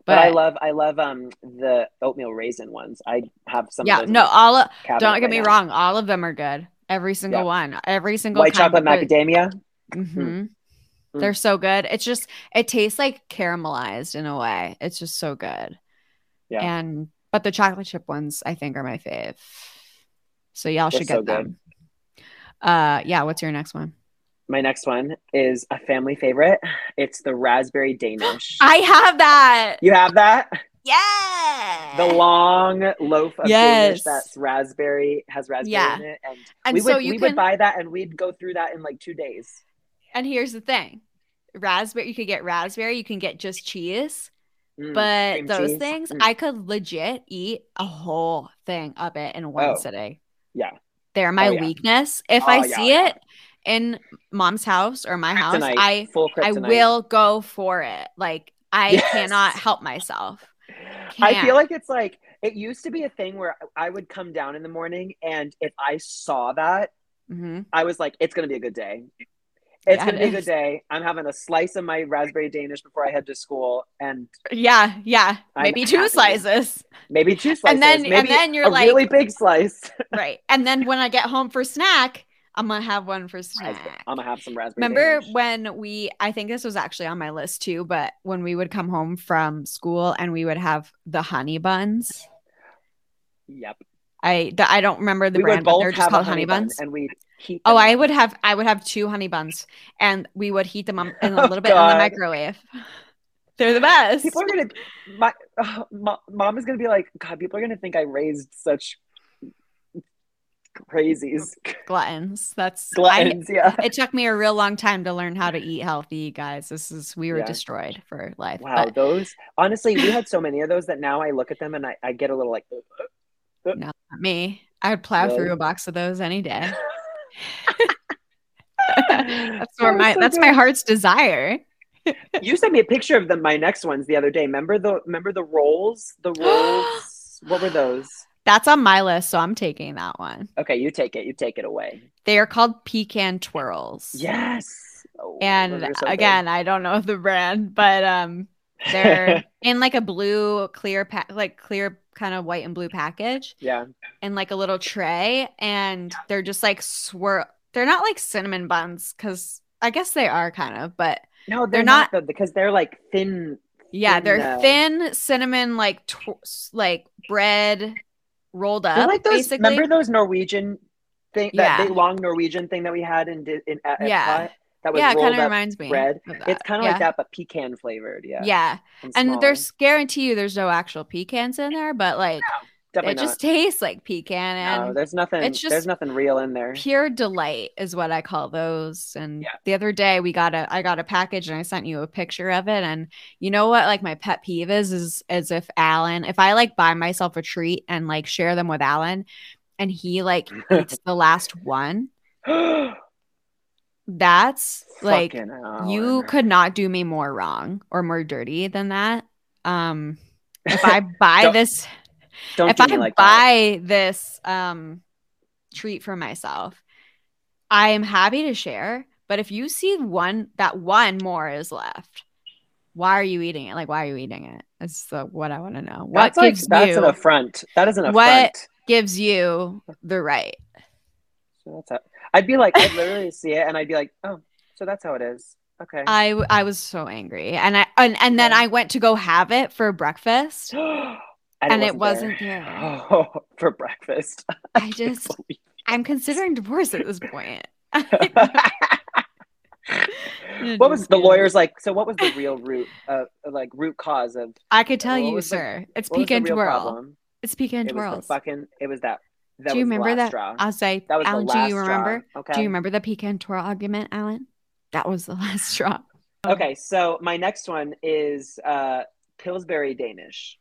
Speaker 1: But, I love I love um the oatmeal raisin ones. I have some
Speaker 2: yeah,
Speaker 1: of those. in
Speaker 2: no,
Speaker 1: my
Speaker 2: all
Speaker 1: cabinet
Speaker 2: don't get
Speaker 1: right
Speaker 2: me
Speaker 1: now.
Speaker 2: wrong, all of them are good. Every single
Speaker 1: Yeah.
Speaker 2: one. Every single
Speaker 1: White chocolate macadamia.
Speaker 2: hmm
Speaker 1: Mm-hmm. Mm.
Speaker 2: They're so good. It's just it tastes like caramelized in a way. It's just so good.
Speaker 1: Yeah.
Speaker 2: And but the chocolate chip ones I think are my fave. So y'all
Speaker 1: They're
Speaker 2: should
Speaker 1: so
Speaker 2: get them. Uh yeah, what's your next one?
Speaker 1: My next one is a family favorite. It's the raspberry danish.
Speaker 2: (gasps) I have that.
Speaker 1: you have that?
Speaker 2: Yeah.
Speaker 1: The long loaf of
Speaker 2: Yes.
Speaker 1: Danish that's raspberry has raspberry
Speaker 2: Yeah.
Speaker 1: in it, and,
Speaker 2: And
Speaker 1: we
Speaker 2: so
Speaker 1: would
Speaker 2: you
Speaker 1: we
Speaker 2: can-
Speaker 1: would buy that, and we'd go through that in like two days.
Speaker 2: and here's the thing. Raspberry, you could get raspberry, you can get just cheese.
Speaker 1: Mm.
Speaker 2: But
Speaker 1: cream
Speaker 2: those
Speaker 1: cheese.
Speaker 2: things,
Speaker 1: Mm.
Speaker 2: I could legit eat a whole thing of it in one
Speaker 1: Oh,
Speaker 2: sitting.
Speaker 1: yeah.
Speaker 2: They're my
Speaker 1: Oh, yeah.
Speaker 2: weakness. If
Speaker 1: Oh,
Speaker 2: I
Speaker 1: yeah,
Speaker 2: see
Speaker 1: yeah.
Speaker 2: it in mom's house or my house,
Speaker 1: Kryptonite,
Speaker 2: I
Speaker 1: full
Speaker 2: I
Speaker 1: kryptonite.
Speaker 2: will go for it. Like I
Speaker 1: Yes.
Speaker 2: cannot help myself.
Speaker 1: I
Speaker 2: can't.
Speaker 1: feel like it's like it used to be a thing where I would come down in the morning, and if I saw that,
Speaker 2: Mhm.
Speaker 1: I was like, "It's gonna be a good day. It's
Speaker 2: Yeah,
Speaker 1: gonna
Speaker 2: it
Speaker 1: be a good
Speaker 2: is.
Speaker 1: day. I'm having a slice of my raspberry Danish before I head to school, and
Speaker 2: Yeah, yeah.
Speaker 1: I'm
Speaker 2: Maybe two
Speaker 1: happy. (laughs)
Speaker 2: slices.
Speaker 1: maybe two slices,
Speaker 2: And then- and
Speaker 1: maybe
Speaker 2: then you're
Speaker 1: a
Speaker 2: like-
Speaker 1: really big slice. (laughs)
Speaker 2: (laughs) right. And then when I get home for snack, I'm gonna have one for
Speaker 1: I'm
Speaker 2: snack.
Speaker 1: gonna have some raspberry.
Speaker 2: Remember
Speaker 1: Danish.
Speaker 2: when we, I think this was actually on my list too, but when we would come home from school and we would have the honey buns.
Speaker 1: Yep.
Speaker 2: I the, I don't remember the
Speaker 1: we
Speaker 2: brand,
Speaker 1: would
Speaker 2: but
Speaker 1: both
Speaker 2: they're just
Speaker 1: have
Speaker 2: called
Speaker 1: a
Speaker 2: honey
Speaker 1: bun,
Speaker 2: buns.
Speaker 1: and we heat.
Speaker 2: Oh,
Speaker 1: them
Speaker 2: I
Speaker 1: up.
Speaker 2: would have I would have two honey buns, and we would
Speaker 1: (laughs)
Speaker 2: heat them up in a
Speaker 1: Oh,
Speaker 2: little bit in
Speaker 1: God.
Speaker 2: the microwave. (laughs) They're the best.
Speaker 1: People are gonna. My (sighs) oh, mo- mom is gonna be like, God. People are gonna think I raised such crazies,
Speaker 2: Gluttons. That's I-
Speaker 1: gluttons. yeah.
Speaker 2: it took me a real long time to learn how to eat healthy, guys. This is we were
Speaker 1: Yeah.
Speaker 2: destroyed for life.
Speaker 1: Wow,
Speaker 2: but
Speaker 1: those honestly, we
Speaker 2: (laughs)
Speaker 1: had so many of those that now I look at them and I, I get a little like,
Speaker 2: not me, I would plow
Speaker 1: Really?
Speaker 2: through a box of those
Speaker 1: (laughs)
Speaker 2: any day. that's
Speaker 1: That
Speaker 2: where
Speaker 1: was
Speaker 2: my
Speaker 1: so
Speaker 2: that's my
Speaker 1: good.
Speaker 2: heart's desire.
Speaker 1: You sent me a picture of the my next ones the other day. Remember the remember the rolls,
Speaker 2: (gasps)
Speaker 1: the rolls. what were those?
Speaker 2: That's on my list, so I'm taking that one.
Speaker 1: Okay, you take it. You take it away.
Speaker 2: They are called pecan twirls.
Speaker 1: Yes. Oh, those
Speaker 2: and
Speaker 1: are so good.
Speaker 2: again i don't know the brand but um
Speaker 1: (laughs)
Speaker 2: they're in like a blue clear pack like clear kind of white and blue package
Speaker 1: yeah.
Speaker 2: and like a little tray and they're just like swirl they're not like cinnamon buns because i guess they are kind of but
Speaker 1: No, they're,
Speaker 2: They're
Speaker 1: not, though, because they're like thin.
Speaker 2: yeah
Speaker 1: Thin,
Speaker 2: they're
Speaker 1: uh,
Speaker 2: thin cinnamon like tw- like bread rolled
Speaker 1: They're
Speaker 2: up
Speaker 1: like those.
Speaker 2: basically
Speaker 1: Remember those Norwegian thing, that
Speaker 2: Yeah.
Speaker 1: big long Norwegian thing that we had in Di- in at,
Speaker 2: Yeah.
Speaker 1: Epcot? That was
Speaker 2: yeah it
Speaker 1: rolled
Speaker 2: kind of
Speaker 1: up.
Speaker 2: reminds me
Speaker 1: bread.
Speaker 2: of that.
Speaker 1: It's kind of
Speaker 2: yeah.
Speaker 1: like that, but pecan flavored. Yeah.
Speaker 2: yeah and
Speaker 1: smaller.
Speaker 2: there's guarantee you there's no actual pecans in there but like it
Speaker 1: definitely
Speaker 2: just tastes like pecan
Speaker 1: not. no,
Speaker 2: and
Speaker 1: there's nothing.
Speaker 2: it's just
Speaker 1: there's nothing real in there. (gasps)
Speaker 2: pure delight is what I call those. And
Speaker 1: Yeah.
Speaker 2: the other day we got a I got a package and I sent you a picture of it. And you know what like my pet peeve is is is if Alan, if I like buy myself a treat and like share them with Alan and he like
Speaker 1: (laughs)
Speaker 2: eats the last one, that's like
Speaker 1: Fucking
Speaker 2: you
Speaker 1: Alan. (laughs)
Speaker 2: could not do me more wrong or more dirty than that. Um
Speaker 1: (laughs)
Speaker 2: if I buy
Speaker 1: Don't-
Speaker 2: this
Speaker 1: Don't
Speaker 2: if
Speaker 1: do
Speaker 2: I
Speaker 1: me like that.
Speaker 2: buy this um, treat for myself, I am happy to share. But if you see one that one more is left, why are you eating it? Like, why are you eating it? That's the, what I want to know. What
Speaker 1: That's like
Speaker 2: gives
Speaker 1: that's
Speaker 2: you
Speaker 1: an affront. That is an
Speaker 2: What-
Speaker 1: affront.
Speaker 2: gives you the right?
Speaker 1: So that's how, I'd be like, I'd
Speaker 2: (laughs)
Speaker 1: literally see it and I'd be like, oh, so that's how it is. Okay. (gasps)
Speaker 2: I w- I was so angry, and I and, and then
Speaker 1: Okay.
Speaker 2: I went to go have it for breakfast, and it wasn't
Speaker 1: there.
Speaker 2: there.
Speaker 1: Oh, (laughs) for breakfast.
Speaker 2: I just
Speaker 1: (laughs)
Speaker 2: (laughs) I'm considering divorce at this point.
Speaker 1: What was the lawyer's like? So what was the real root, uh, like root cause of?
Speaker 2: I could tell
Speaker 1: What
Speaker 2: you,
Speaker 1: was the-
Speaker 2: sir. it's
Speaker 1: what was
Speaker 2: peak
Speaker 1: the
Speaker 2: and
Speaker 1: real
Speaker 2: twirl.
Speaker 1: problem?
Speaker 2: It's peak and
Speaker 1: It was
Speaker 2: twirls.
Speaker 1: the fucking. It was that. that
Speaker 2: Do you
Speaker 1: was the
Speaker 2: remember
Speaker 1: last
Speaker 2: that?
Speaker 1: Straw.
Speaker 2: I'll say,
Speaker 1: That was
Speaker 2: Alan,
Speaker 1: the
Speaker 2: do
Speaker 1: last
Speaker 2: you
Speaker 1: straw.
Speaker 2: remember?
Speaker 1: Okay.
Speaker 2: Do you remember the peak and twirl argument, Alan? That was the (laughs) last straw.
Speaker 1: Okay, so my next one is uh, Pillsbury Danish.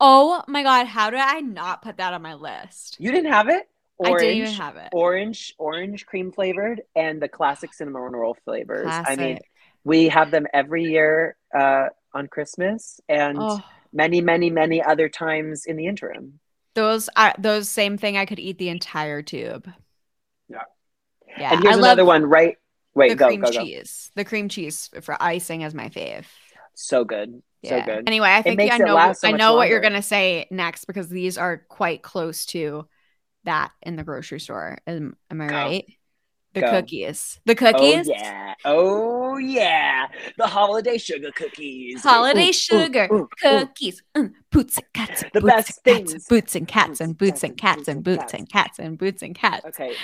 Speaker 2: Oh my god, how did I not put that on my list?
Speaker 1: You didn't have it?
Speaker 2: I didn't even have it.
Speaker 1: orange, orange cream flavored, and the classic cinnamon roll flavors. I mean,
Speaker 2: Classic.
Speaker 1: we have them every year uh, on Christmas and
Speaker 2: oh,
Speaker 1: many, many, many other times in the interim.
Speaker 2: those are those same thing. I could eat the entire tube.
Speaker 1: Yeah.
Speaker 2: yeah.
Speaker 1: and here's
Speaker 2: I love
Speaker 1: another one, right?
Speaker 2: the
Speaker 1: Wait, go,
Speaker 2: cream
Speaker 1: go, go.
Speaker 2: cheese. The cream cheese for icing is my fave.
Speaker 1: So good. So good.
Speaker 2: Anyway, I think
Speaker 1: makes
Speaker 2: I
Speaker 1: it
Speaker 2: know
Speaker 1: last so
Speaker 2: I
Speaker 1: much
Speaker 2: know what you're
Speaker 1: longer.
Speaker 2: gonna say next because these are quite close to that in the grocery store. Am, am I
Speaker 1: Go.
Speaker 2: right? The
Speaker 1: Go.
Speaker 2: cookies. The cookies.
Speaker 1: Oh yeah. Oh yeah. The holiday sugar cookies.
Speaker 2: Holiday
Speaker 1: Ooh, ooh,
Speaker 2: sugar
Speaker 1: ooh, ooh.
Speaker 2: cookies, mm, boots and cats, and
Speaker 1: The
Speaker 2: boots
Speaker 1: best
Speaker 2: and cats,
Speaker 1: things.
Speaker 2: boots and cats, and boots and cats, and boots and cats, and boots and cats, (laughs)
Speaker 1: Okay.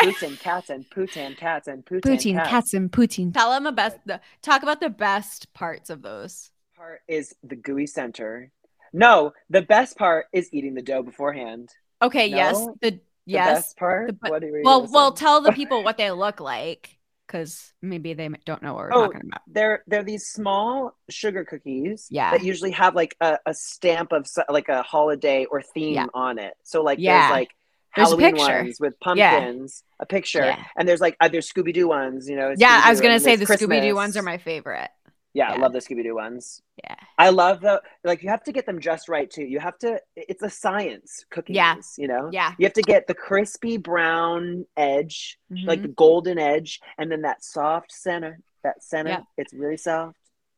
Speaker 1: Boots and cats and pootan cats and pootan
Speaker 2: poutine
Speaker 1: cats.
Speaker 2: cats and poutine. Tell them about the talk about the best parts of those.
Speaker 1: part is the gooey center. No, the best part is eating the dough beforehand.
Speaker 2: Okay, yes,
Speaker 1: No,
Speaker 2: the
Speaker 1: The
Speaker 2: yes.
Speaker 1: best part.
Speaker 2: the be-
Speaker 1: what are you
Speaker 2: Well,
Speaker 1: gonna
Speaker 2: well,
Speaker 1: say?
Speaker 2: tell
Speaker 1: (laughs)
Speaker 2: the people what they look like because maybe they don't know what we're
Speaker 1: Oh,
Speaker 2: talking about.
Speaker 1: they're they're these small sugar cookies
Speaker 2: Yeah.
Speaker 1: that usually have like a, a stamp of so- like a holiday or theme
Speaker 2: Yeah.
Speaker 1: on it. So like
Speaker 2: Yeah.
Speaker 1: there's like
Speaker 2: There's a
Speaker 1: Halloween
Speaker 2: picture.
Speaker 1: ones with
Speaker 2: Yeah.
Speaker 1: pumpkins, a picture,
Speaker 2: Yeah.
Speaker 1: and there's like other Scooby Doo ones. You know,
Speaker 2: Yeah, I was
Speaker 1: Scooby-Doo,
Speaker 2: gonna
Speaker 1: and
Speaker 2: say the
Speaker 1: there's
Speaker 2: Scooby Doo ones are
Speaker 1: Christmas.
Speaker 2: my favorite.
Speaker 1: Yeah,
Speaker 2: Yeah.
Speaker 1: I love the Scooby Doo ones.
Speaker 2: Yeah.
Speaker 1: I love the like you have to get them just right too. You have to it's a science cookies,
Speaker 2: Yeah.
Speaker 1: you know?
Speaker 2: Yeah.
Speaker 1: You have to get the crispy brown edge, like
Speaker 2: Mhm.
Speaker 1: the golden edge, and then that soft center. That center,
Speaker 2: Yeah.
Speaker 1: it's really soft.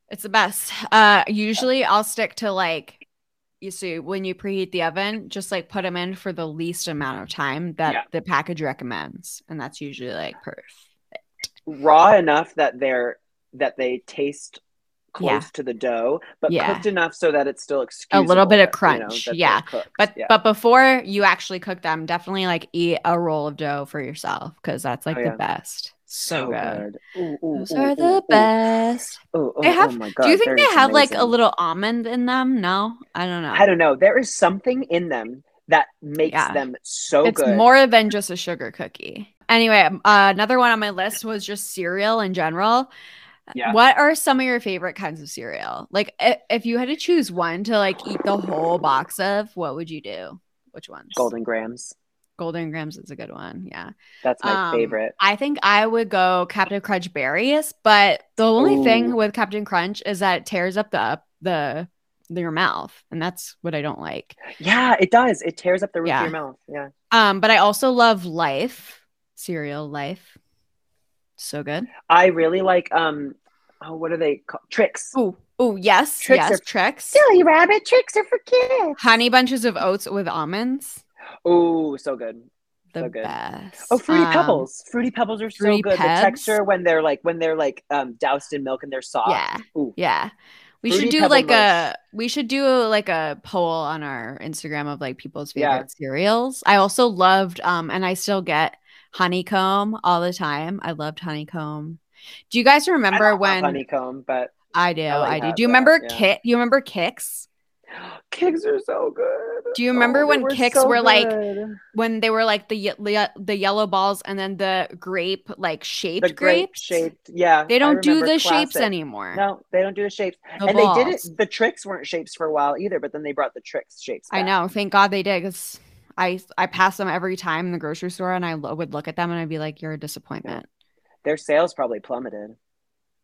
Speaker 2: It's the best. Uh, usually I'll stick to like you see when you preheat the oven, just like put them in for the least amount of time that
Speaker 1: Yeah.
Speaker 2: the package recommends, and that's usually like perf.
Speaker 1: Raw enough that they're that they taste close
Speaker 2: Yeah.
Speaker 1: to the dough, but
Speaker 2: Yeah.
Speaker 1: cooked enough so that it's still
Speaker 2: A
Speaker 1: excusable.
Speaker 2: little bit of
Speaker 1: that, you know,
Speaker 2: crunch,
Speaker 1: that they're
Speaker 2: yeah.
Speaker 1: cooked,
Speaker 2: But
Speaker 1: yeah.
Speaker 2: but before you actually cook them, definitely like eat a roll of dough for yourself because that's like
Speaker 1: Oh,
Speaker 2: the
Speaker 1: yeah.
Speaker 2: best. So, good.
Speaker 1: Ooh, ooh,
Speaker 2: Those
Speaker 1: ooh,
Speaker 2: are
Speaker 1: ooh,
Speaker 2: the
Speaker 1: ooh.
Speaker 2: best.
Speaker 1: Ooh, ooh,
Speaker 2: They have-
Speaker 1: oh my God,
Speaker 2: Do you think
Speaker 1: they're
Speaker 2: they
Speaker 1: just
Speaker 2: have like a
Speaker 1: amazing.
Speaker 2: little almond in them? No, I don't know.
Speaker 1: I don't know. There is something in them that makes
Speaker 2: Yeah.
Speaker 1: them so
Speaker 2: it's
Speaker 1: good.
Speaker 2: more than just a sugar cookie. Anyway, um, uh, another one on my list was just cereal in general.
Speaker 1: Yeah.
Speaker 2: What are some of your favorite kinds of cereal? Like, if, if you had to choose one to like eat the whole box of, what would you do? Which ones?
Speaker 1: Golden grams.
Speaker 2: Golden grams is a good one. Yeah.
Speaker 1: That's my
Speaker 2: Um,
Speaker 1: favorite.
Speaker 2: I think I would go Captain Crunch berries, but the only thing
Speaker 1: Ooh.
Speaker 2: with Captain Crunch is that it tears up the up the, the your mouth, and that's what I don't like.
Speaker 1: Yeah, it does. It tears up the roof
Speaker 2: Yeah.
Speaker 1: of your mouth. Yeah.
Speaker 2: Um, but I also love Life cereal. Life, so good.
Speaker 1: I really like um oh what are they called? Tricks.
Speaker 2: Oh, oh yes,
Speaker 1: Trix
Speaker 2: yes,
Speaker 1: are-
Speaker 2: tricks.
Speaker 1: Silly rabbit tricks are for kids.
Speaker 2: Honey bunches of oats with almonds,
Speaker 1: Oh, so good.
Speaker 2: the
Speaker 1: So good.
Speaker 2: best.
Speaker 1: Oh, fruity
Speaker 2: Um,
Speaker 1: pebbles. Fruity pebbles are so
Speaker 2: Fruity
Speaker 1: good.
Speaker 2: Pebs?
Speaker 1: The texture when they're like when they're like um doused in milk and they're soft.
Speaker 2: Yeah,
Speaker 1: Ooh.
Speaker 2: yeah. We
Speaker 1: Fruity
Speaker 2: should do
Speaker 1: Pebble
Speaker 2: like a
Speaker 1: Mush.
Speaker 2: we should do like a poll on our Instagram of like people's favorite
Speaker 1: Yeah.
Speaker 2: cereals. I also loved um and I still get honeycomb all the time. I loved honeycomb. Do you guys
Speaker 1: I
Speaker 2: remember
Speaker 1: don't have
Speaker 2: when
Speaker 1: honeycomb, but (gasps)
Speaker 2: I do?
Speaker 1: like
Speaker 2: I, do.
Speaker 1: have
Speaker 2: Do you
Speaker 1: that,
Speaker 2: remember
Speaker 1: yeah.
Speaker 2: Kit? You remember Kicks?
Speaker 1: kicks are so good.
Speaker 2: Do you remember
Speaker 1: Oh, they
Speaker 2: when
Speaker 1: were
Speaker 2: Kix
Speaker 1: so
Speaker 2: were, like,
Speaker 1: good.
Speaker 2: when they were like the ye- le- the yellow balls and then the grape like shaped
Speaker 1: the grape
Speaker 2: grapes.
Speaker 1: shaped? Yeah.
Speaker 2: They
Speaker 1: I
Speaker 2: don't do the
Speaker 1: remember
Speaker 2: shapes
Speaker 1: classic.
Speaker 2: anymore.
Speaker 1: No, they don't do the shapes.
Speaker 2: The
Speaker 1: and they did
Speaker 2: balls.
Speaker 1: it. The tricks weren't shapes for a while either, but then they brought the tricks shapes.
Speaker 2: I
Speaker 1: back.
Speaker 2: know. Thank God they did because I I pass them every time in the grocery store and I lo- would look at them and I'd be like, "You're a disappointment."
Speaker 1: Their sales probably plummeted.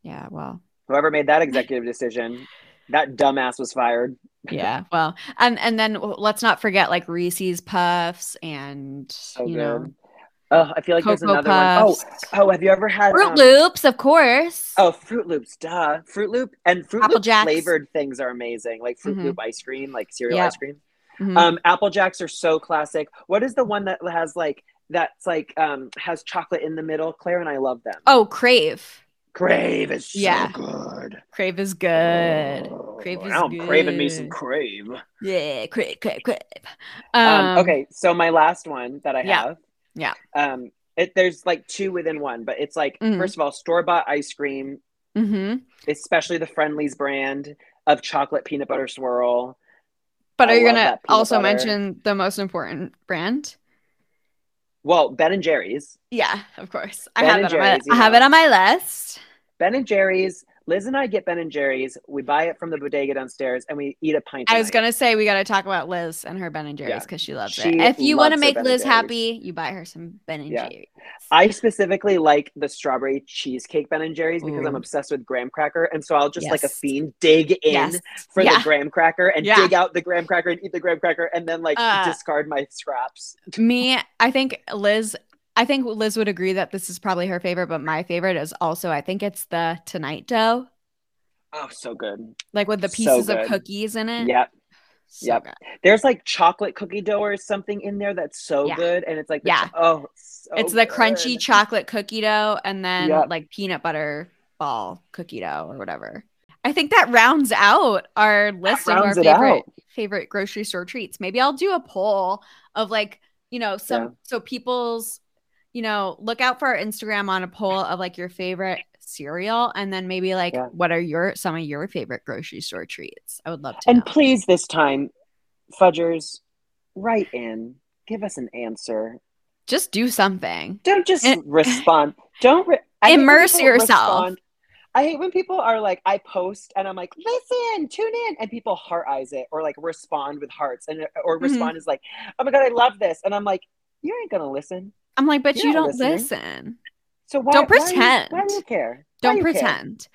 Speaker 2: Yeah.
Speaker 1: (laughs)
Speaker 2: well.
Speaker 1: Whoever made that executive decision, that dumbass was fired.
Speaker 2: Yeah. Well. And and then w- let's not forget like Reese's Puffs and
Speaker 1: So
Speaker 2: you
Speaker 1: good.
Speaker 2: know
Speaker 1: (laughs) Oh, I feel like there's
Speaker 2: Cocoa
Speaker 1: another
Speaker 2: Puffs.
Speaker 1: one. Oh, oh, have you ever had
Speaker 2: Fruit
Speaker 1: um,
Speaker 2: Loops, of course.
Speaker 1: Oh, Fruit Loops, duh. Fruit Loop and Fruit
Speaker 2: Apple
Speaker 1: Loop
Speaker 2: Jacks.
Speaker 1: flavored things are amazing, like Fruit
Speaker 2: Mhm.
Speaker 1: Loop ice cream, like cereal
Speaker 2: Yep.
Speaker 1: ice cream.
Speaker 2: Mhm.
Speaker 1: Um, Apple Jacks are so classic. What is the one that has like that's like um has chocolate in the middle? Claire and I love them.
Speaker 2: oh, Crave.
Speaker 1: Crave is so
Speaker 2: Yeah.
Speaker 1: good.
Speaker 2: Crave is good.
Speaker 1: Oh,
Speaker 2: Crave is
Speaker 1: I'm craving me some
Speaker 2: good.
Speaker 1: crave. Um,
Speaker 2: Yeah, crave, crave, crave. Um,
Speaker 1: okay, so my last one that I
Speaker 2: yeah,
Speaker 1: have.
Speaker 2: yeah.
Speaker 1: Um, it, there's like two within one, but it's like
Speaker 2: Mhm.
Speaker 1: first of all, store bought ice cream
Speaker 2: Mm-hmm.
Speaker 1: especially the Friendlies brand of chocolate peanut butter swirl.
Speaker 2: But
Speaker 1: I
Speaker 2: are you
Speaker 1: love
Speaker 2: gonna
Speaker 1: that peanut
Speaker 2: also
Speaker 1: butter.
Speaker 2: mention the most important brand?
Speaker 1: Well, Ben and Jerry's.
Speaker 2: Yeah, of course. I
Speaker 1: Ben
Speaker 2: have
Speaker 1: and
Speaker 2: it. On my,
Speaker 1: Jerry's, you
Speaker 2: I have
Speaker 1: know.
Speaker 2: it on my list.
Speaker 1: Ben and Jerry's. Liz and I get Ben and Jerry's. We buy it from the bodega downstairs and we eat a pint.
Speaker 2: I was
Speaker 1: tonight.
Speaker 2: gonna say we gotta talk about Liz and her Ben and Jerry's because she loves it.
Speaker 1: She
Speaker 2: If you want
Speaker 1: loves her
Speaker 2: to make
Speaker 1: Ben and
Speaker 2: Liz
Speaker 1: Jerry's.
Speaker 2: happy, you buy her some Ben and
Speaker 1: Yeah.
Speaker 2: Jerry's.
Speaker 1: I specifically like the strawberry cheesecake Ben and Jerry's because
Speaker 2: Ooh.
Speaker 1: I'm obsessed with graham cracker, and so I'll just like a
Speaker 2: Yes.
Speaker 1: fiend dig in
Speaker 2: Yes.
Speaker 1: for
Speaker 2: Yeah.
Speaker 1: the graham cracker and
Speaker 2: Yeah.
Speaker 1: dig out the graham cracker and eat the graham cracker and then like
Speaker 2: Uh,
Speaker 1: discard my scraps.
Speaker 2: Me, I think Liz. I think Liz would agree that this is probably her favorite, but my favorite is also I think it's the tonight dough,
Speaker 1: Oh, so good.
Speaker 2: like with the
Speaker 1: So
Speaker 2: pieces of
Speaker 1: good.
Speaker 2: cookies in it.
Speaker 1: Yeah,
Speaker 2: So
Speaker 1: yep.
Speaker 2: good.
Speaker 1: there's like chocolate cookie dough or something in there that's so
Speaker 2: Yeah.
Speaker 1: good, and it's like the
Speaker 2: Yeah.
Speaker 1: cho- oh, it's, so
Speaker 2: it's the crunchy
Speaker 1: good.
Speaker 2: chocolate cookie dough and then
Speaker 1: Yep.
Speaker 2: like peanut butter ball cookie dough or whatever. I think that rounds out our list of our
Speaker 1: rounds it
Speaker 2: favorite
Speaker 1: out.
Speaker 2: favorite grocery store treats. Maybe I'll do a poll of like, you know, some so people's, you know, look out for our Instagram on a poll of like your favorite cereal and then maybe like
Speaker 1: Yeah.
Speaker 2: what are your some of your favorite grocery store treats? I would love to
Speaker 1: And
Speaker 2: know.
Speaker 1: please, this time, fudgers, write in, give us an answer.
Speaker 2: Just do something.
Speaker 1: Don't just
Speaker 2: And- (laughs)
Speaker 1: respond. Don't re- I hate when
Speaker 2: Immerse
Speaker 1: people
Speaker 2: yourself.
Speaker 1: I hate when people are like, I post and I'm like, listen, tune in, and people heart eyes it or like respond with hearts and uh, or
Speaker 2: Mhm.
Speaker 1: respond is like, oh my god, I love this, and I'm like, you ain't gonna listen.
Speaker 2: I'm like, but
Speaker 1: You're
Speaker 2: you
Speaker 1: not
Speaker 2: don't
Speaker 1: listening.
Speaker 2: listen.
Speaker 1: So why
Speaker 2: Don't
Speaker 1: why do you- Why
Speaker 2: pretend.
Speaker 1: do you care? Why
Speaker 2: Don't
Speaker 1: you care?
Speaker 2: pretend.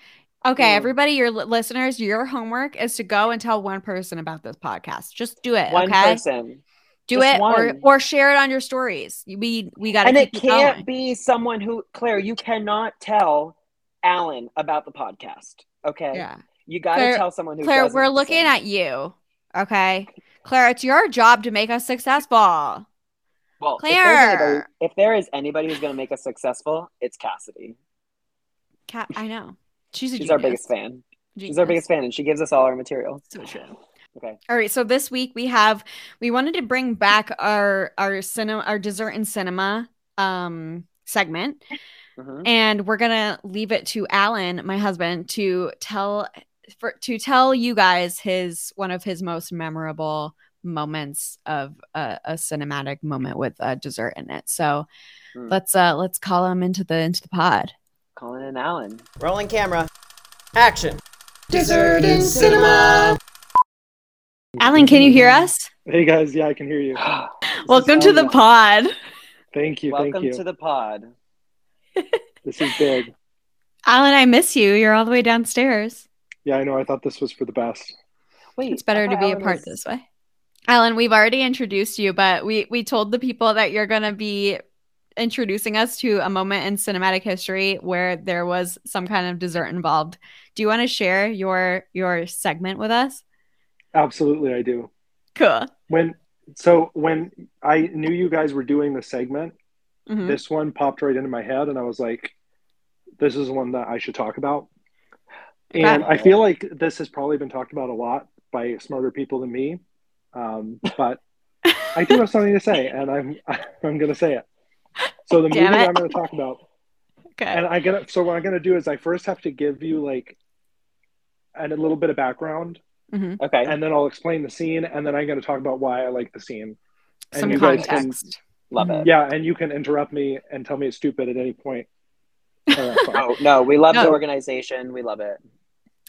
Speaker 2: Okay,
Speaker 1: Mm.
Speaker 2: everybody, your li- listeners, your homework is to go and tell one person about this podcast. Just do it.
Speaker 1: One
Speaker 2: okay,
Speaker 1: person.
Speaker 2: do
Speaker 1: just
Speaker 2: it
Speaker 1: one.
Speaker 2: or or share it on your stories. We we got to
Speaker 1: and
Speaker 2: keep
Speaker 1: it
Speaker 2: it
Speaker 1: can't
Speaker 2: going.
Speaker 1: be someone who claire you cannot tell alan about the podcast okay
Speaker 2: yeah,
Speaker 1: you gotta
Speaker 2: Claire-
Speaker 1: tell someone who
Speaker 2: Claire,
Speaker 1: doesn't
Speaker 2: we're looking
Speaker 1: listen.
Speaker 2: at you. Okay, Claire, it's your job to make us successful.
Speaker 1: well if there's, anybody,
Speaker 2: Claire.
Speaker 1: if there is anybody who's gonna make us successful it's cassidy
Speaker 2: Cat, I know she's a
Speaker 1: she's our
Speaker 2: genius.
Speaker 1: biggest fan she's
Speaker 2: Genius.
Speaker 1: our biggest fan and she gives us all our material
Speaker 2: So true.
Speaker 1: okay
Speaker 2: All right, so this week we have we wanted to bring back our our cinema our dessert and cinema um segment
Speaker 1: Mhm.
Speaker 2: and we're gonna leave it to Alan, my husband, to tell for to tell you guys his one of his most memorable moments of a, a cinematic moment with a dessert in it. So
Speaker 1: Hmm.
Speaker 2: let's uh let's call him into the into the pod.
Speaker 1: colin and alan
Speaker 4: Rolling camera. Action.
Speaker 5: Dessert
Speaker 1: (gasps)
Speaker 5: in cinema. Hmm.
Speaker 2: Alan, can you hear us?
Speaker 5: Hey guys, yeah, I can hear you.
Speaker 2: Welcome to the
Speaker 5: Alan.
Speaker 2: pod.
Speaker 5: Thank you,
Speaker 1: welcome
Speaker 5: thank you.
Speaker 1: to the pod
Speaker 5: this is big.
Speaker 2: Alan, I miss you. You're all the way downstairs.
Speaker 5: Yeah, I know. I thought this was for the best.
Speaker 1: wait
Speaker 2: It's
Speaker 1: I
Speaker 2: better to
Speaker 1: thought
Speaker 2: be
Speaker 1: Alan
Speaker 2: apart
Speaker 1: was-
Speaker 2: this way. Alan, we've already introduced you, but we we told the people that you're going to be introducing us to a moment in cinematic history where there was some kind of dessert involved. Do you want to share your your segment with us?
Speaker 5: Absolutely, I do.
Speaker 2: Cool.
Speaker 5: When so when I knew you guys were doing the segment,
Speaker 2: Mhm.
Speaker 5: this one popped right into my head, and I was like, "This is one that I should talk about." And I feel like this has probably been talked about a lot by smarter people than me, um, but I do have something to say, and I'm (laughs) I'm going to say it. So the movie
Speaker 2: Damn
Speaker 5: that
Speaker 2: it.
Speaker 5: I'm going to talk about
Speaker 2: Okay.
Speaker 5: and I gotta. So what I'm gonna do is I first have to give you like, and a little bit of background,
Speaker 2: Mhm.
Speaker 1: okay
Speaker 5: and then I'll explain the scene, and then I'm gonna talk about why I like the scene. And
Speaker 2: Some
Speaker 5: you guys can-
Speaker 2: context.
Speaker 1: love it
Speaker 5: Yeah, and you can interrupt me and tell me it's stupid at any point. And that's
Speaker 1: (laughs)
Speaker 5: fine.
Speaker 1: oh no we love
Speaker 2: No.
Speaker 1: the organization we love it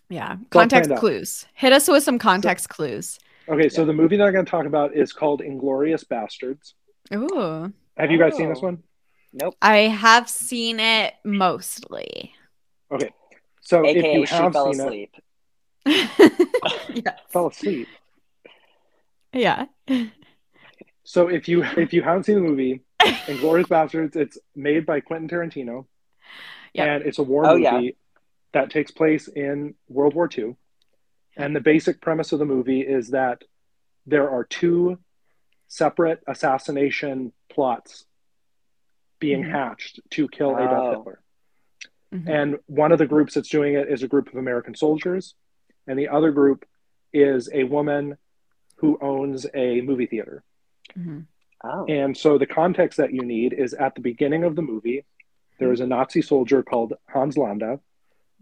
Speaker 2: Yeah.
Speaker 5: planned
Speaker 2: Context
Speaker 5: out.
Speaker 2: clues. Hit us with some context clues.
Speaker 5: okay, so the movie that I'm gonna talk about is called Inglorious Bastards.
Speaker 2: Ooh.
Speaker 5: Have you guys seen
Speaker 1: Oh.
Speaker 5: this one?
Speaker 1: nope
Speaker 2: I have seen it
Speaker 5: (laughs)
Speaker 2: mostly. (laughs)
Speaker 5: So Oh, if
Speaker 1: aka
Speaker 5: you
Speaker 1: she
Speaker 5: have
Speaker 1: fell
Speaker 5: seen
Speaker 1: asleep
Speaker 2: yeah.
Speaker 5: it, fell asleep.
Speaker 2: Yeah.
Speaker 5: So if you (laughs) if you haven't seen the movie Inglorious Bastards, it's made by Quentin Tarantino,
Speaker 2: Yep.
Speaker 5: and it's a war
Speaker 1: Oh,
Speaker 5: movie
Speaker 1: yeah.
Speaker 5: that takes place in World War II. And the basic premise of the movie is that there are two separate assassination plots being
Speaker 2: Mhm.
Speaker 5: hatched to kill Adolf
Speaker 1: Oh.
Speaker 5: Hitler.
Speaker 2: Mhm.
Speaker 5: And one of the groups that's doing it is a group of American soldiers, and the other group is a woman who owns a movie theater.
Speaker 2: Mhm.
Speaker 1: oh
Speaker 5: And so the context that you need is at the beginning of the movie, there is a Nazi soldier called Hans Landa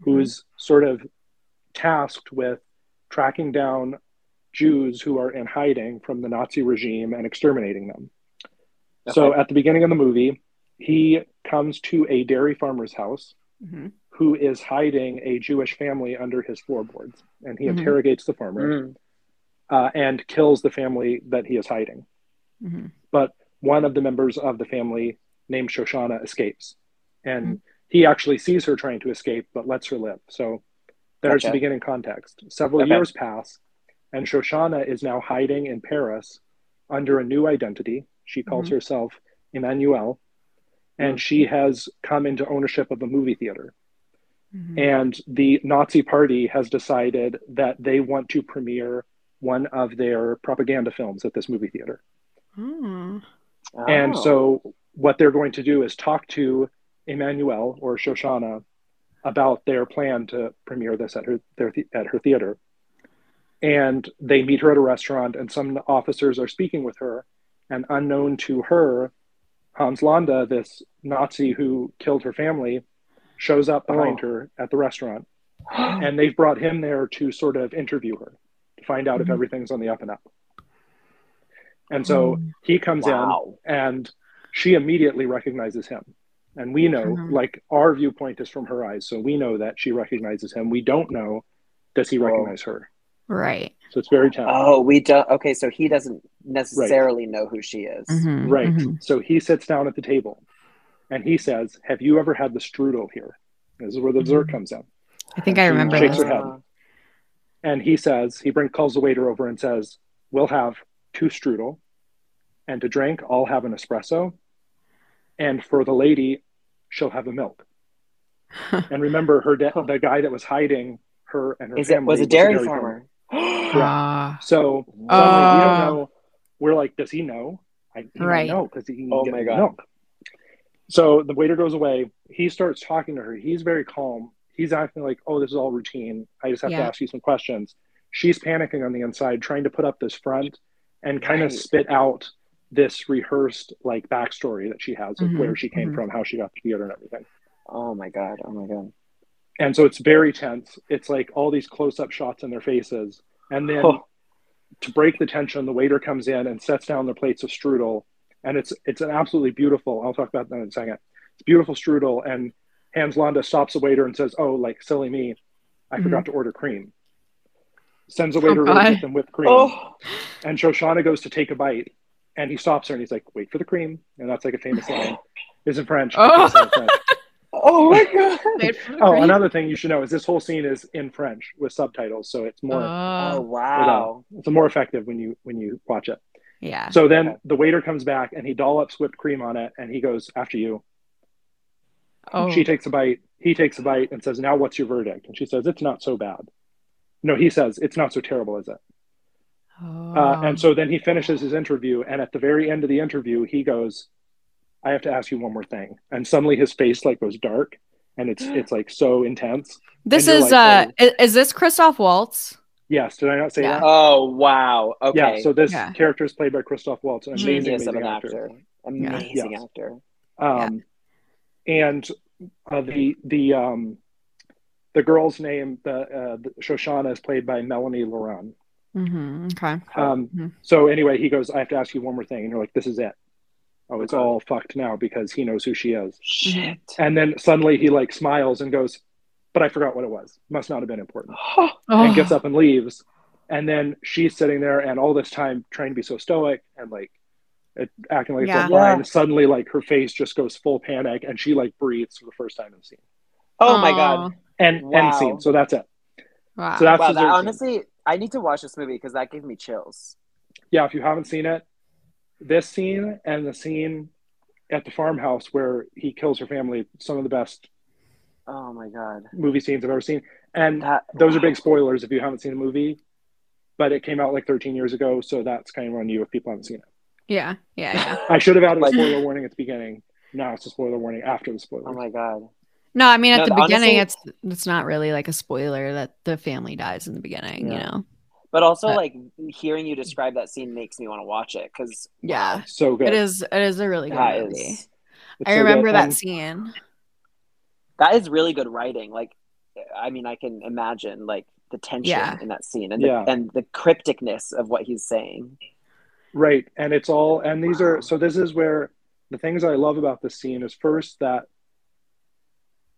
Speaker 5: who's sort of tasked with tracking down Jews who are in hiding from the Nazi regime and exterminating them. So at the beginning of the movie, he comes to a dairy farmer's house
Speaker 2: hmm
Speaker 5: who is hiding a Jewish family under his floorboards, and he
Speaker 2: Mhm.
Speaker 5: interrogates the farmer
Speaker 1: Mm.
Speaker 5: uh, and kills the family that he is hiding.
Speaker 2: hmm
Speaker 5: One of the members of the family, named Shoshana, escapes, and he actually sees her trying to escape but lets her live. So there's the
Speaker 1: Gotcha.
Speaker 5: beginning context. Several
Speaker 1: Okay.
Speaker 5: years pass, and Shoshana is now hiding in Paris under a new identity. She calls
Speaker 2: Mhm.
Speaker 5: herself Emmanuel, and she has come into ownership of a movie theater
Speaker 2: hmm
Speaker 5: and the Nazi party has decided that they want to premiere one of their propaganda films at this movie theater.
Speaker 2: Oh.
Speaker 5: And
Speaker 1: Oh.
Speaker 5: so what they're going to do is talk to Emmanuel or Shoshana about their plan to premiere this at her their, the- at her theater. And they meet her at a restaurant and some officers are speaking with her and unknown to her Hans Landa this Nazi who killed her family shows up behind
Speaker 1: Oh.
Speaker 5: her at the restaurant and they've brought him there to sort of interview her to find out if
Speaker 1: Mm-hmm.
Speaker 2: Mhm.
Speaker 5: everything's on the up and up. And so
Speaker 2: Mm.
Speaker 5: he comes
Speaker 1: wow.
Speaker 5: in and she immediately recognizes him. And we know,
Speaker 2: Mhm.
Speaker 5: like, our viewpoint is from her eyes. So we know that she recognizes him. We don't know, does he
Speaker 1: Whoa.
Speaker 5: recognize her?
Speaker 2: Right.
Speaker 5: So it's very telling.
Speaker 1: Oh, we don't. Okay, so he doesn't necessarily know who she is.
Speaker 2: Mhm,
Speaker 5: right.
Speaker 2: mhm.
Speaker 5: So he sits down at the table and he says, Have you ever had the strudel here? This is where the dessert
Speaker 2: Mhm.
Speaker 5: comes in.
Speaker 2: I think I
Speaker 5: She
Speaker 2: remember
Speaker 5: shakes
Speaker 2: this.
Speaker 5: her head. And he says, he brings calls the waiter over and says, We'll have two strudel. And to drink, I'll have an espresso. And for the lady, she'll have a milk. and remember, her da- the guy that was hiding her and her
Speaker 1: Is it
Speaker 5: family
Speaker 1: was a dairy, farmer? (gasps)
Speaker 2: Ah.
Speaker 5: So
Speaker 1: Wow.
Speaker 5: suddenly we don't
Speaker 2: Ah.
Speaker 5: know. We're like, does he know? I he
Speaker 2: Right.
Speaker 5: don't know because he can
Speaker 1: Oh
Speaker 5: get
Speaker 1: my God.
Speaker 5: milk. So the waiter goes away. He starts talking to her. He's very calm. He's acting like, oh, this is all routine. I just have to
Speaker 2: Yeah.
Speaker 5: ask you some questions. She's panicking on the inside, trying to put up this front and kind
Speaker 1: Right.
Speaker 5: of spit out this rehearsed like backstory that she has of
Speaker 2: Mhm,
Speaker 5: where she came
Speaker 2: mhm.
Speaker 5: from, how she got to theater and everything.
Speaker 1: Oh my god! Oh my god!
Speaker 5: And so it's very tense. It's like all these close up shots in their faces. And then
Speaker 1: Oh.
Speaker 5: to break the tension, the waiter comes in and sets down their plates of strudel. And it's it's an absolutely beautiful, I'll talk about that in a second. It's beautiful strudel. And Hans Landa stops the waiter and says, Oh, like silly me, I
Speaker 2: Mhm.
Speaker 5: forgot to order cream. Sends a waiter over
Speaker 2: God.
Speaker 5: to get them whipped cream.
Speaker 1: Oh,
Speaker 5: And Shoshana goes to take a bite. And he stops her and he's like, Wait for the cream. And that's like a famous line. It's in French.
Speaker 2: Oh.
Speaker 5: It's in French.
Speaker 1: oh my god!
Speaker 2: Wait for (laughs) the
Speaker 5: Oh,
Speaker 2: green-
Speaker 5: another thing you should know is this whole scene is in French with subtitles, so it's more
Speaker 2: Ah,
Speaker 1: oh wow!
Speaker 5: it's more effective when you when you watch it.
Speaker 2: yeah.
Speaker 5: So then the waiter comes back and he dollops whipped cream on it, and he goes after you.
Speaker 2: oh.
Speaker 5: She takes a bite, he takes a bite, and says, "Now what's your verdict?" And she says, "It's not so bad." No, he says, "It's not so terrible, is it?" Uh,
Speaker 2: Oh.
Speaker 5: and so then he finishes his interview, and at the very end of the interview, he goes, "I have to ask you one more thing." And suddenly his face like goes dark,
Speaker 2: (gasps)
Speaker 5: and it's it's like so intense.
Speaker 2: this
Speaker 5: and you're
Speaker 2: is
Speaker 5: like,
Speaker 2: uh, i- is this Christoph Waltz?
Speaker 5: Yes, did I not say
Speaker 2: Yeah.
Speaker 5: that?
Speaker 1: Oh wow! Okay,
Speaker 5: Yeah, so this
Speaker 2: Yeah.
Speaker 5: character is played by Christoph Waltz, an amazing,
Speaker 1: genius of
Speaker 5: amazing
Speaker 1: an
Speaker 5: actor.
Speaker 1: actor, amazing
Speaker 5: Yes.
Speaker 1: actor.
Speaker 5: Um, And uh, the the um, the girl's name, the, uh, the Shoshana, is played by Melanie Laurent.
Speaker 2: Mm-hmm. Okay.
Speaker 5: Um,
Speaker 2: Mhm.
Speaker 5: So anyway, he goes, "I have to ask you one more thing," and you're like, "This is it." Oh, it's
Speaker 1: Okay.
Speaker 5: all fucked now because he knows who she is.
Speaker 1: Shit!
Speaker 5: And then suddenly he like smiles and goes, "But I forgot what it was. Must not have been important."
Speaker 2: Oh.
Speaker 5: and gets up and leaves. And then she's sitting there, and all this time trying to be so stoic and like it, acting like
Speaker 2: Yeah.
Speaker 5: it's all fine.
Speaker 1: Yeah.
Speaker 5: Suddenly, like her face just goes full panic, and she like breathes for the first time in the scene.
Speaker 1: (gasps) Oh my god!
Speaker 5: And
Speaker 1: Wow.
Speaker 5: end scene. So that's it.
Speaker 2: Wow.
Speaker 5: So that's
Speaker 1: Wow,
Speaker 5: his
Speaker 1: that,
Speaker 5: third scene.
Speaker 1: honestly, I need to watch this movie because that gave me chills.
Speaker 5: yeah. If you haven't seen it, this scene and the scene at the farmhouse where he kills her family, some of the best
Speaker 1: Oh my god!
Speaker 5: movie scenes I've ever seen. And
Speaker 1: That
Speaker 5: those are
Speaker 1: wow.
Speaker 5: big spoilers if you haven't seen the movie. But it came out like 13 years ago, so that's kind of on you if people haven't seen it.
Speaker 2: yeah. Yeah. Yeah.
Speaker 5: (laughs) I should have added a
Speaker 1: Like-
Speaker 5: spoiler warning at the beginning. Now it's a spoiler warning after the spoiler.
Speaker 1: Oh my god!
Speaker 2: No, I mean at
Speaker 1: No,
Speaker 2: the
Speaker 1: the-
Speaker 2: beginning,
Speaker 1: honestly-
Speaker 2: it's it's not really like a spoiler that the family dies in the beginning. You
Speaker 5: Yeah.
Speaker 2: know.
Speaker 1: But also,
Speaker 2: But-
Speaker 1: like hearing you describe that scene makes me want to watch it because
Speaker 2: Yeah.
Speaker 5: so good.
Speaker 2: It is. It is a really good
Speaker 1: that
Speaker 2: movie.
Speaker 1: is
Speaker 5: It's
Speaker 2: I
Speaker 5: so
Speaker 2: remember
Speaker 5: good.
Speaker 2: that
Speaker 5: Um,
Speaker 2: scene.
Speaker 1: that is really good writing. Like I mean, I can imagine like the tension
Speaker 2: Yeah.
Speaker 1: in that scene and the,
Speaker 5: Yeah.
Speaker 1: and the crypticness of what he's saying.
Speaker 5: Right. And it's all, and these
Speaker 1: Wow.
Speaker 5: are, so this is where the things I love about this scene is first that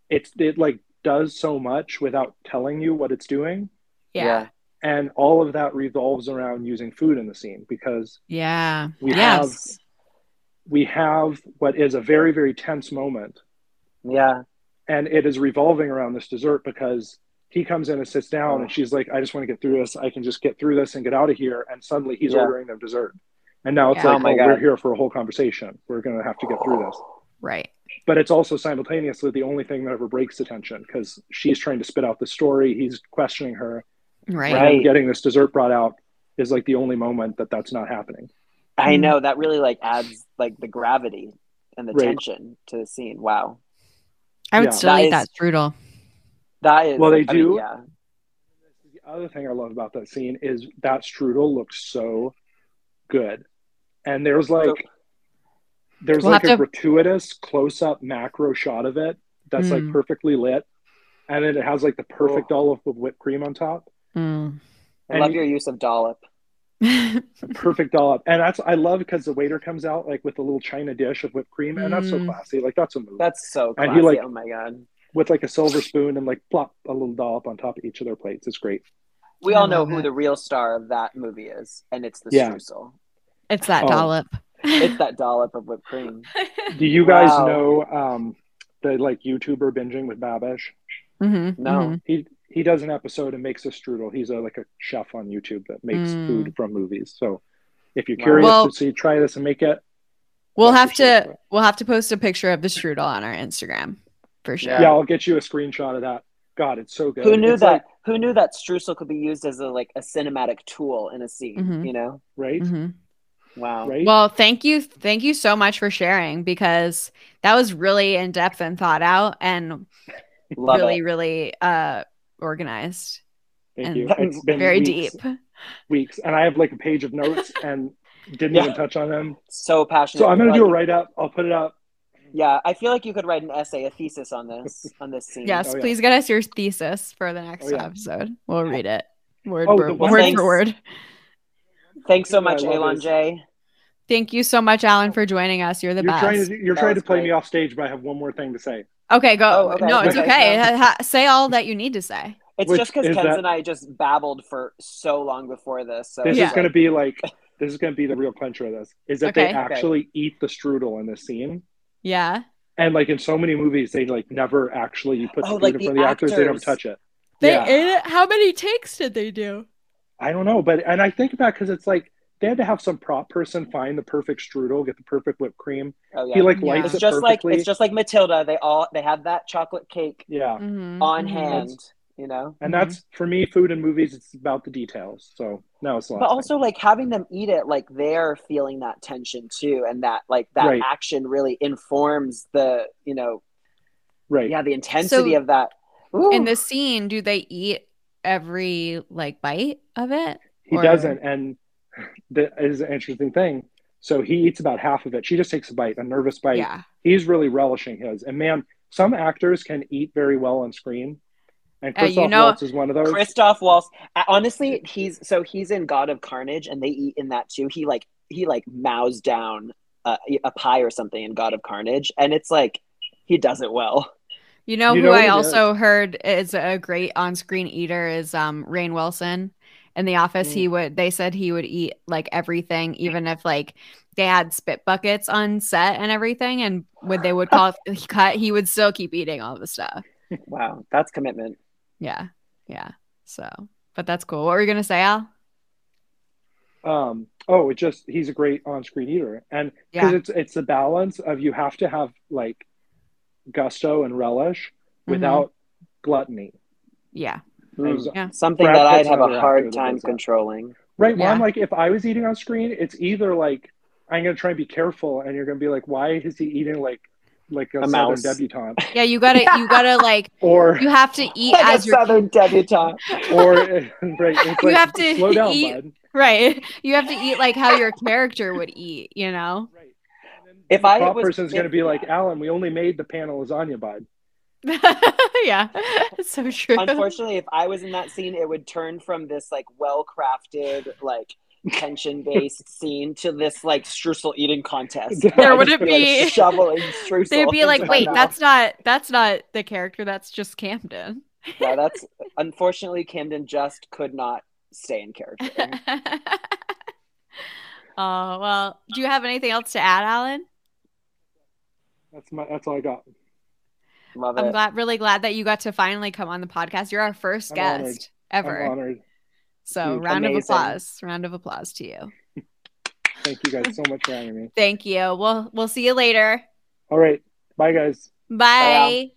Speaker 5: it's, it like does so much without telling you what it's doing.
Speaker 2: Yeah.
Speaker 5: And all of that revolves around using food in the scene because
Speaker 2: Yeah.
Speaker 5: we have,
Speaker 2: Yes.
Speaker 5: we have what is a very, very tense moment.
Speaker 1: Yeah.
Speaker 5: And it is revolving around this dessert because he comes in and sits down and she's like, I just want to get through this. I can just get through this and get out of here. And suddenly he's
Speaker 1: Yeah.
Speaker 5: ordering them dessert. And now it's
Speaker 2: Yeah.
Speaker 5: like,
Speaker 1: Oh my
Speaker 5: oh,
Speaker 1: God.
Speaker 5: we're here for a whole conversation. We're going to have to get through this.
Speaker 2: Right.
Speaker 5: but it's also simultaneously the only thing that ever breaks the tension because she's trying to spit out the story he's questioning her
Speaker 2: Right.
Speaker 5: and
Speaker 1: Right.
Speaker 5: him getting this dessert brought out is like the only moment that that's not happening
Speaker 1: I
Speaker 5: Mm-hmm.
Speaker 2: Mm.
Speaker 1: know that really like adds like the gravity and the
Speaker 5: Right.
Speaker 1: tension to the scene. Wow.
Speaker 2: I would
Speaker 5: Yeah.
Speaker 2: still
Speaker 1: That
Speaker 2: eat
Speaker 1: is-
Speaker 2: that strudel.
Speaker 1: That is
Speaker 5: Well, they
Speaker 1: I mean,
Speaker 5: do.
Speaker 1: yeah.
Speaker 5: the other thing i love about that scene is that strudel looks so good and there's like there's
Speaker 2: We'll
Speaker 5: like a
Speaker 2: have to-
Speaker 5: gratuitous close-up macro shot of it that's
Speaker 2: Mm.
Speaker 5: like perfectly lit and then it has like the perfect olive with whipped cream on top
Speaker 2: Mm.
Speaker 1: I
Speaker 5: And-
Speaker 1: love your use of dollop.
Speaker 5: (laughs) perfect dollop. And that's I love because the waiter comes out like with a little china dish of whipped cream, and that's so
Speaker 2: Mm.
Speaker 5: classy. Like that's a move
Speaker 1: That's so classy.
Speaker 5: And he, like-
Speaker 1: oh my god.
Speaker 5: with like a silver spoon and like plop a little dollop on top of each of their plates. It's great.
Speaker 1: We
Speaker 2: I
Speaker 1: all know
Speaker 2: love
Speaker 1: who
Speaker 2: it.
Speaker 1: the real star of that movie is, and it's the
Speaker 5: Yeah.
Speaker 1: streusel.
Speaker 2: (laughs) it's that
Speaker 5: Oh.
Speaker 2: dollop. (laughs)
Speaker 1: It's that dollop of whipped cream.
Speaker 5: Do you guys
Speaker 1: Wow.
Speaker 5: know um, the like YouTuber binging with Babish?
Speaker 2: Mhm,
Speaker 1: No.
Speaker 2: mhm.
Speaker 5: He he does an episode and makes a strudel. He's a, like a chef on YouTube that makes
Speaker 2: Mm.
Speaker 5: food from movies. So if you're
Speaker 1: Wow.
Speaker 5: curious
Speaker 2: Well-
Speaker 5: to see, try this and make it.
Speaker 2: We'll
Speaker 5: Yeah, for
Speaker 2: have
Speaker 5: sure.
Speaker 2: to we'll have to post a picture of the strudel on our Instagram for sure.
Speaker 5: Yeah.
Speaker 1: Yeah.
Speaker 5: I'll get you a screenshot of that. God, it's so good.
Speaker 1: Who knew
Speaker 5: It's
Speaker 1: that?
Speaker 5: like-
Speaker 1: who knew that streusel could be used as a like a cinematic tool in a scene?
Speaker 2: Mhm.
Speaker 1: You know,
Speaker 5: right?
Speaker 2: Mhm.
Speaker 1: wow.
Speaker 5: Right?
Speaker 2: Well, thank you. Thank you so much for sharing because that was really in depth and thought out and
Speaker 1: Love
Speaker 2: really,
Speaker 1: it.
Speaker 2: really uh organized.
Speaker 5: Thank
Speaker 2: and
Speaker 5: you.
Speaker 1: that
Speaker 5: It's
Speaker 1: was
Speaker 5: been
Speaker 2: Very
Speaker 5: weeks.
Speaker 2: deep.
Speaker 5: weeks and I have like a page
Speaker 2: (laughs)
Speaker 5: of notes and didn't
Speaker 1: Yeah.
Speaker 5: even touch on them.
Speaker 1: So passionate.
Speaker 5: So I'm going to
Speaker 1: Like,
Speaker 5: do a write up. I'll put it up.
Speaker 1: Yeah, I feel like you could write an essay, a thesis on
Speaker 5: (laughs)
Speaker 1: this, on this scene.
Speaker 2: Yes,
Speaker 5: Oh, yeah.
Speaker 2: please get us your thesis for the next
Speaker 5: Oh, yeah.
Speaker 2: episode. We'll read it. Word
Speaker 5: Oh,
Speaker 2: for
Speaker 5: the
Speaker 2: word,
Speaker 5: one-
Speaker 1: Thanks.
Speaker 2: for word.
Speaker 1: Thanks so
Speaker 5: What I
Speaker 1: much,
Speaker 5: love
Speaker 1: Elon
Speaker 5: is-
Speaker 1: J.
Speaker 2: Thank you so much, Alan, for joining us. You're the
Speaker 5: you're
Speaker 2: best.
Speaker 5: trying to you're
Speaker 1: That
Speaker 5: trying to
Speaker 1: was
Speaker 5: play
Speaker 1: great.
Speaker 5: me off stage, but I have one more thing to say.
Speaker 2: Okay, go.
Speaker 1: Oh, okay.
Speaker 2: No, it's
Speaker 1: Okay.
Speaker 2: okay. Ha- ha- say all that you need to say.
Speaker 1: It's
Speaker 5: Which
Speaker 1: just because
Speaker 5: is
Speaker 1: Kenz
Speaker 5: that-
Speaker 1: and I just babbled for so long before this. So
Speaker 5: This
Speaker 1: it's
Speaker 2: Yeah.
Speaker 5: is going to be like this is going to be the real clincher of this is that
Speaker 2: Okay.
Speaker 5: they
Speaker 2: Okay.
Speaker 5: actually eat the strudel in this scene.
Speaker 2: Yeah.
Speaker 5: And like in so many movies, they like never actually you put the
Speaker 1: Oh,
Speaker 5: food
Speaker 1: like
Speaker 5: in
Speaker 1: the
Speaker 5: front of the actors. They don't
Speaker 1: actors.
Speaker 5: touch it.
Speaker 2: They
Speaker 5: yeah,
Speaker 2: ate it. How many takes did they do?
Speaker 5: I don't know, but and I think about because it's like they had to have some prop person find the perfect strudel, get the perfect whipped cream.
Speaker 1: oh, yeah.
Speaker 5: He like
Speaker 2: Yeah.
Speaker 5: lights
Speaker 1: it's
Speaker 5: it
Speaker 1: just like
Speaker 5: perfectly.
Speaker 1: it's just like Matilda. They all they had that chocolate cake
Speaker 5: yeah,
Speaker 2: Mhm,
Speaker 1: on
Speaker 2: mhm.
Speaker 1: hand. You know,
Speaker 5: and
Speaker 2: Mhm.
Speaker 5: that's for me, food and movies. It's about the details. So no, it's not.
Speaker 1: but also like having them eat it, like they're feeling that tension too, and that like that
Speaker 5: Right.
Speaker 1: action really informs the you know
Speaker 5: right.
Speaker 1: yeah the intensity of that.
Speaker 2: in
Speaker 1: Ooh.
Speaker 2: the scene do they eat every like bite of it
Speaker 5: He
Speaker 2: Or-
Speaker 5: doesn't, and (laughs) that is an interesting thing. So he eats about half of it. She just takes a bite, a nervous bite.
Speaker 2: yeah
Speaker 5: He's really relishing his. And man, some actors can eat very well on screen. And
Speaker 2: Uh, you
Speaker 5: Christoph
Speaker 2: know-
Speaker 5: Waltz is one of those.
Speaker 1: Christoph Waltz. I- Honestly, he's so he's in God of Carnage, and they eat in that too. He like he like mows down a, a pie or something in God of Carnage, and it's like he does it well.
Speaker 2: you know
Speaker 5: You
Speaker 2: who
Speaker 5: know what
Speaker 2: i
Speaker 5: it
Speaker 2: also heard is a great on-screen eater is um rain wilson in the office he would they said he would eat like everything even if like they had spit buckets on set and everything and when they would call it cut he would still keep eating all the stuff
Speaker 1: Wow, that's commitment.
Speaker 2: yeah yeah so but that's cool what were you gonna say al Mm-hmm.
Speaker 5: um, oh, it just he's a great on-screen eater, and because
Speaker 2: Yeah.
Speaker 5: it's it's the balance of you have to have like gusto and relish
Speaker 2: Mhm.
Speaker 5: without gluttony.
Speaker 2: yeah
Speaker 1: Mm.
Speaker 5: Exa-
Speaker 2: Yeah.
Speaker 1: Something
Speaker 5: Brad
Speaker 1: that I'd
Speaker 5: Pitt's
Speaker 1: have a
Speaker 5: another actor
Speaker 1: hard
Speaker 5: that
Speaker 1: time
Speaker 5: does that.
Speaker 1: controlling.
Speaker 5: Right. Well,
Speaker 2: Yeah.
Speaker 5: I'm like, if I was eating on screen, it's either like I'm gonna try and be careful, and you're gonna be like, why is he eating like like a,
Speaker 1: A
Speaker 5: southern
Speaker 1: mouse.
Speaker 5: debutante,
Speaker 2: yeah you gotta
Speaker 1: (laughs)
Speaker 2: you gotta like (laughs)
Speaker 5: or
Speaker 2: you have to eat
Speaker 1: Like a
Speaker 2: as your
Speaker 1: southern debutante.
Speaker 5: or (laughs) right? It's
Speaker 2: You
Speaker 5: like,
Speaker 2: have to
Speaker 5: slow down,
Speaker 2: eat-
Speaker 5: bud.
Speaker 2: Right. You have to eat like how your character would eat, you know? (laughs)
Speaker 5: Right. And then
Speaker 1: If
Speaker 5: the
Speaker 1: I
Speaker 5: prop
Speaker 1: was-
Speaker 5: person's gonna
Speaker 1: if-
Speaker 5: be like, Alan, we only made the pan of lasagna, bud.
Speaker 2: yeah, it's so true. (laughs)
Speaker 1: Unfortunately, if I was in that scene, it would turn from this like well crafted, like tension
Speaker 2: (laughs)
Speaker 1: based scene to this like streusel eating contest.
Speaker 5: There
Speaker 1: I'd
Speaker 2: would
Speaker 1: just
Speaker 2: it be-
Speaker 1: like, (laughs) shoveling streusel?
Speaker 2: They'd be like,
Speaker 1: into my
Speaker 2: "Wait,
Speaker 1: mouth."
Speaker 2: that's not that's not the character. That's just Camden." (laughs)
Speaker 1: yeah, that's unfortunately Camden just could not stay in
Speaker 2: (laughs)
Speaker 1: character.
Speaker 2: oh well, do you have anything else to add, Alan?
Speaker 5: That's my. That's all I got.
Speaker 1: Love
Speaker 2: I'm
Speaker 1: it.
Speaker 2: glad, really glad that you got to finally come on the podcast. You're our 1st
Speaker 5: I'm
Speaker 2: guest
Speaker 5: honored. I'm
Speaker 2: ever.
Speaker 5: honored.
Speaker 2: So
Speaker 1: Mm,
Speaker 2: round of
Speaker 1: amazing.
Speaker 2: applause, round of applause to you.
Speaker 5: Thank you guys so much for having me.
Speaker 2: Thank you. We'll we'll see you later.
Speaker 5: All right. Bye, guys.
Speaker 2: Bye.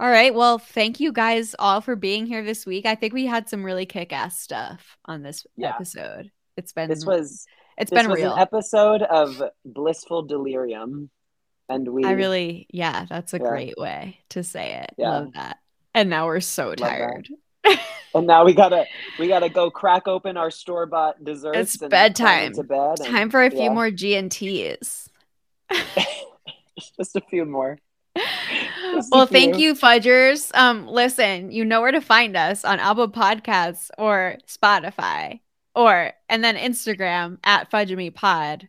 Speaker 2: All right. Well, thank you guys all for being here this week. I think we had some really kick-ass stuff on this
Speaker 1: Yeah.
Speaker 2: episode. It's been
Speaker 1: This was
Speaker 2: it's
Speaker 1: this
Speaker 2: been
Speaker 1: was
Speaker 2: real.
Speaker 1: an episode of blissful delirium, and we
Speaker 2: I really, yeah, that's a
Speaker 1: Yeah.
Speaker 2: great way to say it.
Speaker 1: Yeah.
Speaker 2: Love that. And now we're so
Speaker 1: that.
Speaker 2: tired.
Speaker 1: and now we gotta we gotta go crack open our store bought desserts.
Speaker 2: It's
Speaker 1: and
Speaker 2: bedtime.
Speaker 1: To bed. and-
Speaker 2: Time for a few
Speaker 1: yeah,
Speaker 2: more G and T's.
Speaker 1: (laughs) Just a few more. Just a
Speaker 2: well, thank
Speaker 1: few.
Speaker 2: you, Fudgers. Um, listen, you know where to find us on Apple Podcasts or Spotify or and then Instagram at Fudge Me Pod.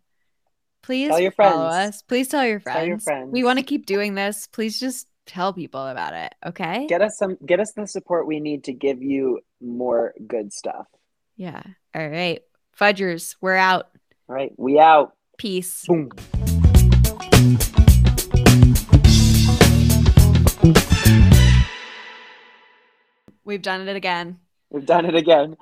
Speaker 2: Please
Speaker 1: Tell your
Speaker 2: follow
Speaker 1: friends.
Speaker 2: us. Please tell your friends.
Speaker 1: Tell your
Speaker 2: We
Speaker 1: friends.
Speaker 2: want to keep doing this. Please just tell people about it. Okay.
Speaker 1: Get us some. Get us the support we need to give you more good stuff.
Speaker 2: yeah. All right. Fudgers, we're out.
Speaker 1: All right, we out.
Speaker 2: Peace.
Speaker 1: Boom.
Speaker 2: We've done it again.
Speaker 1: We've done it again.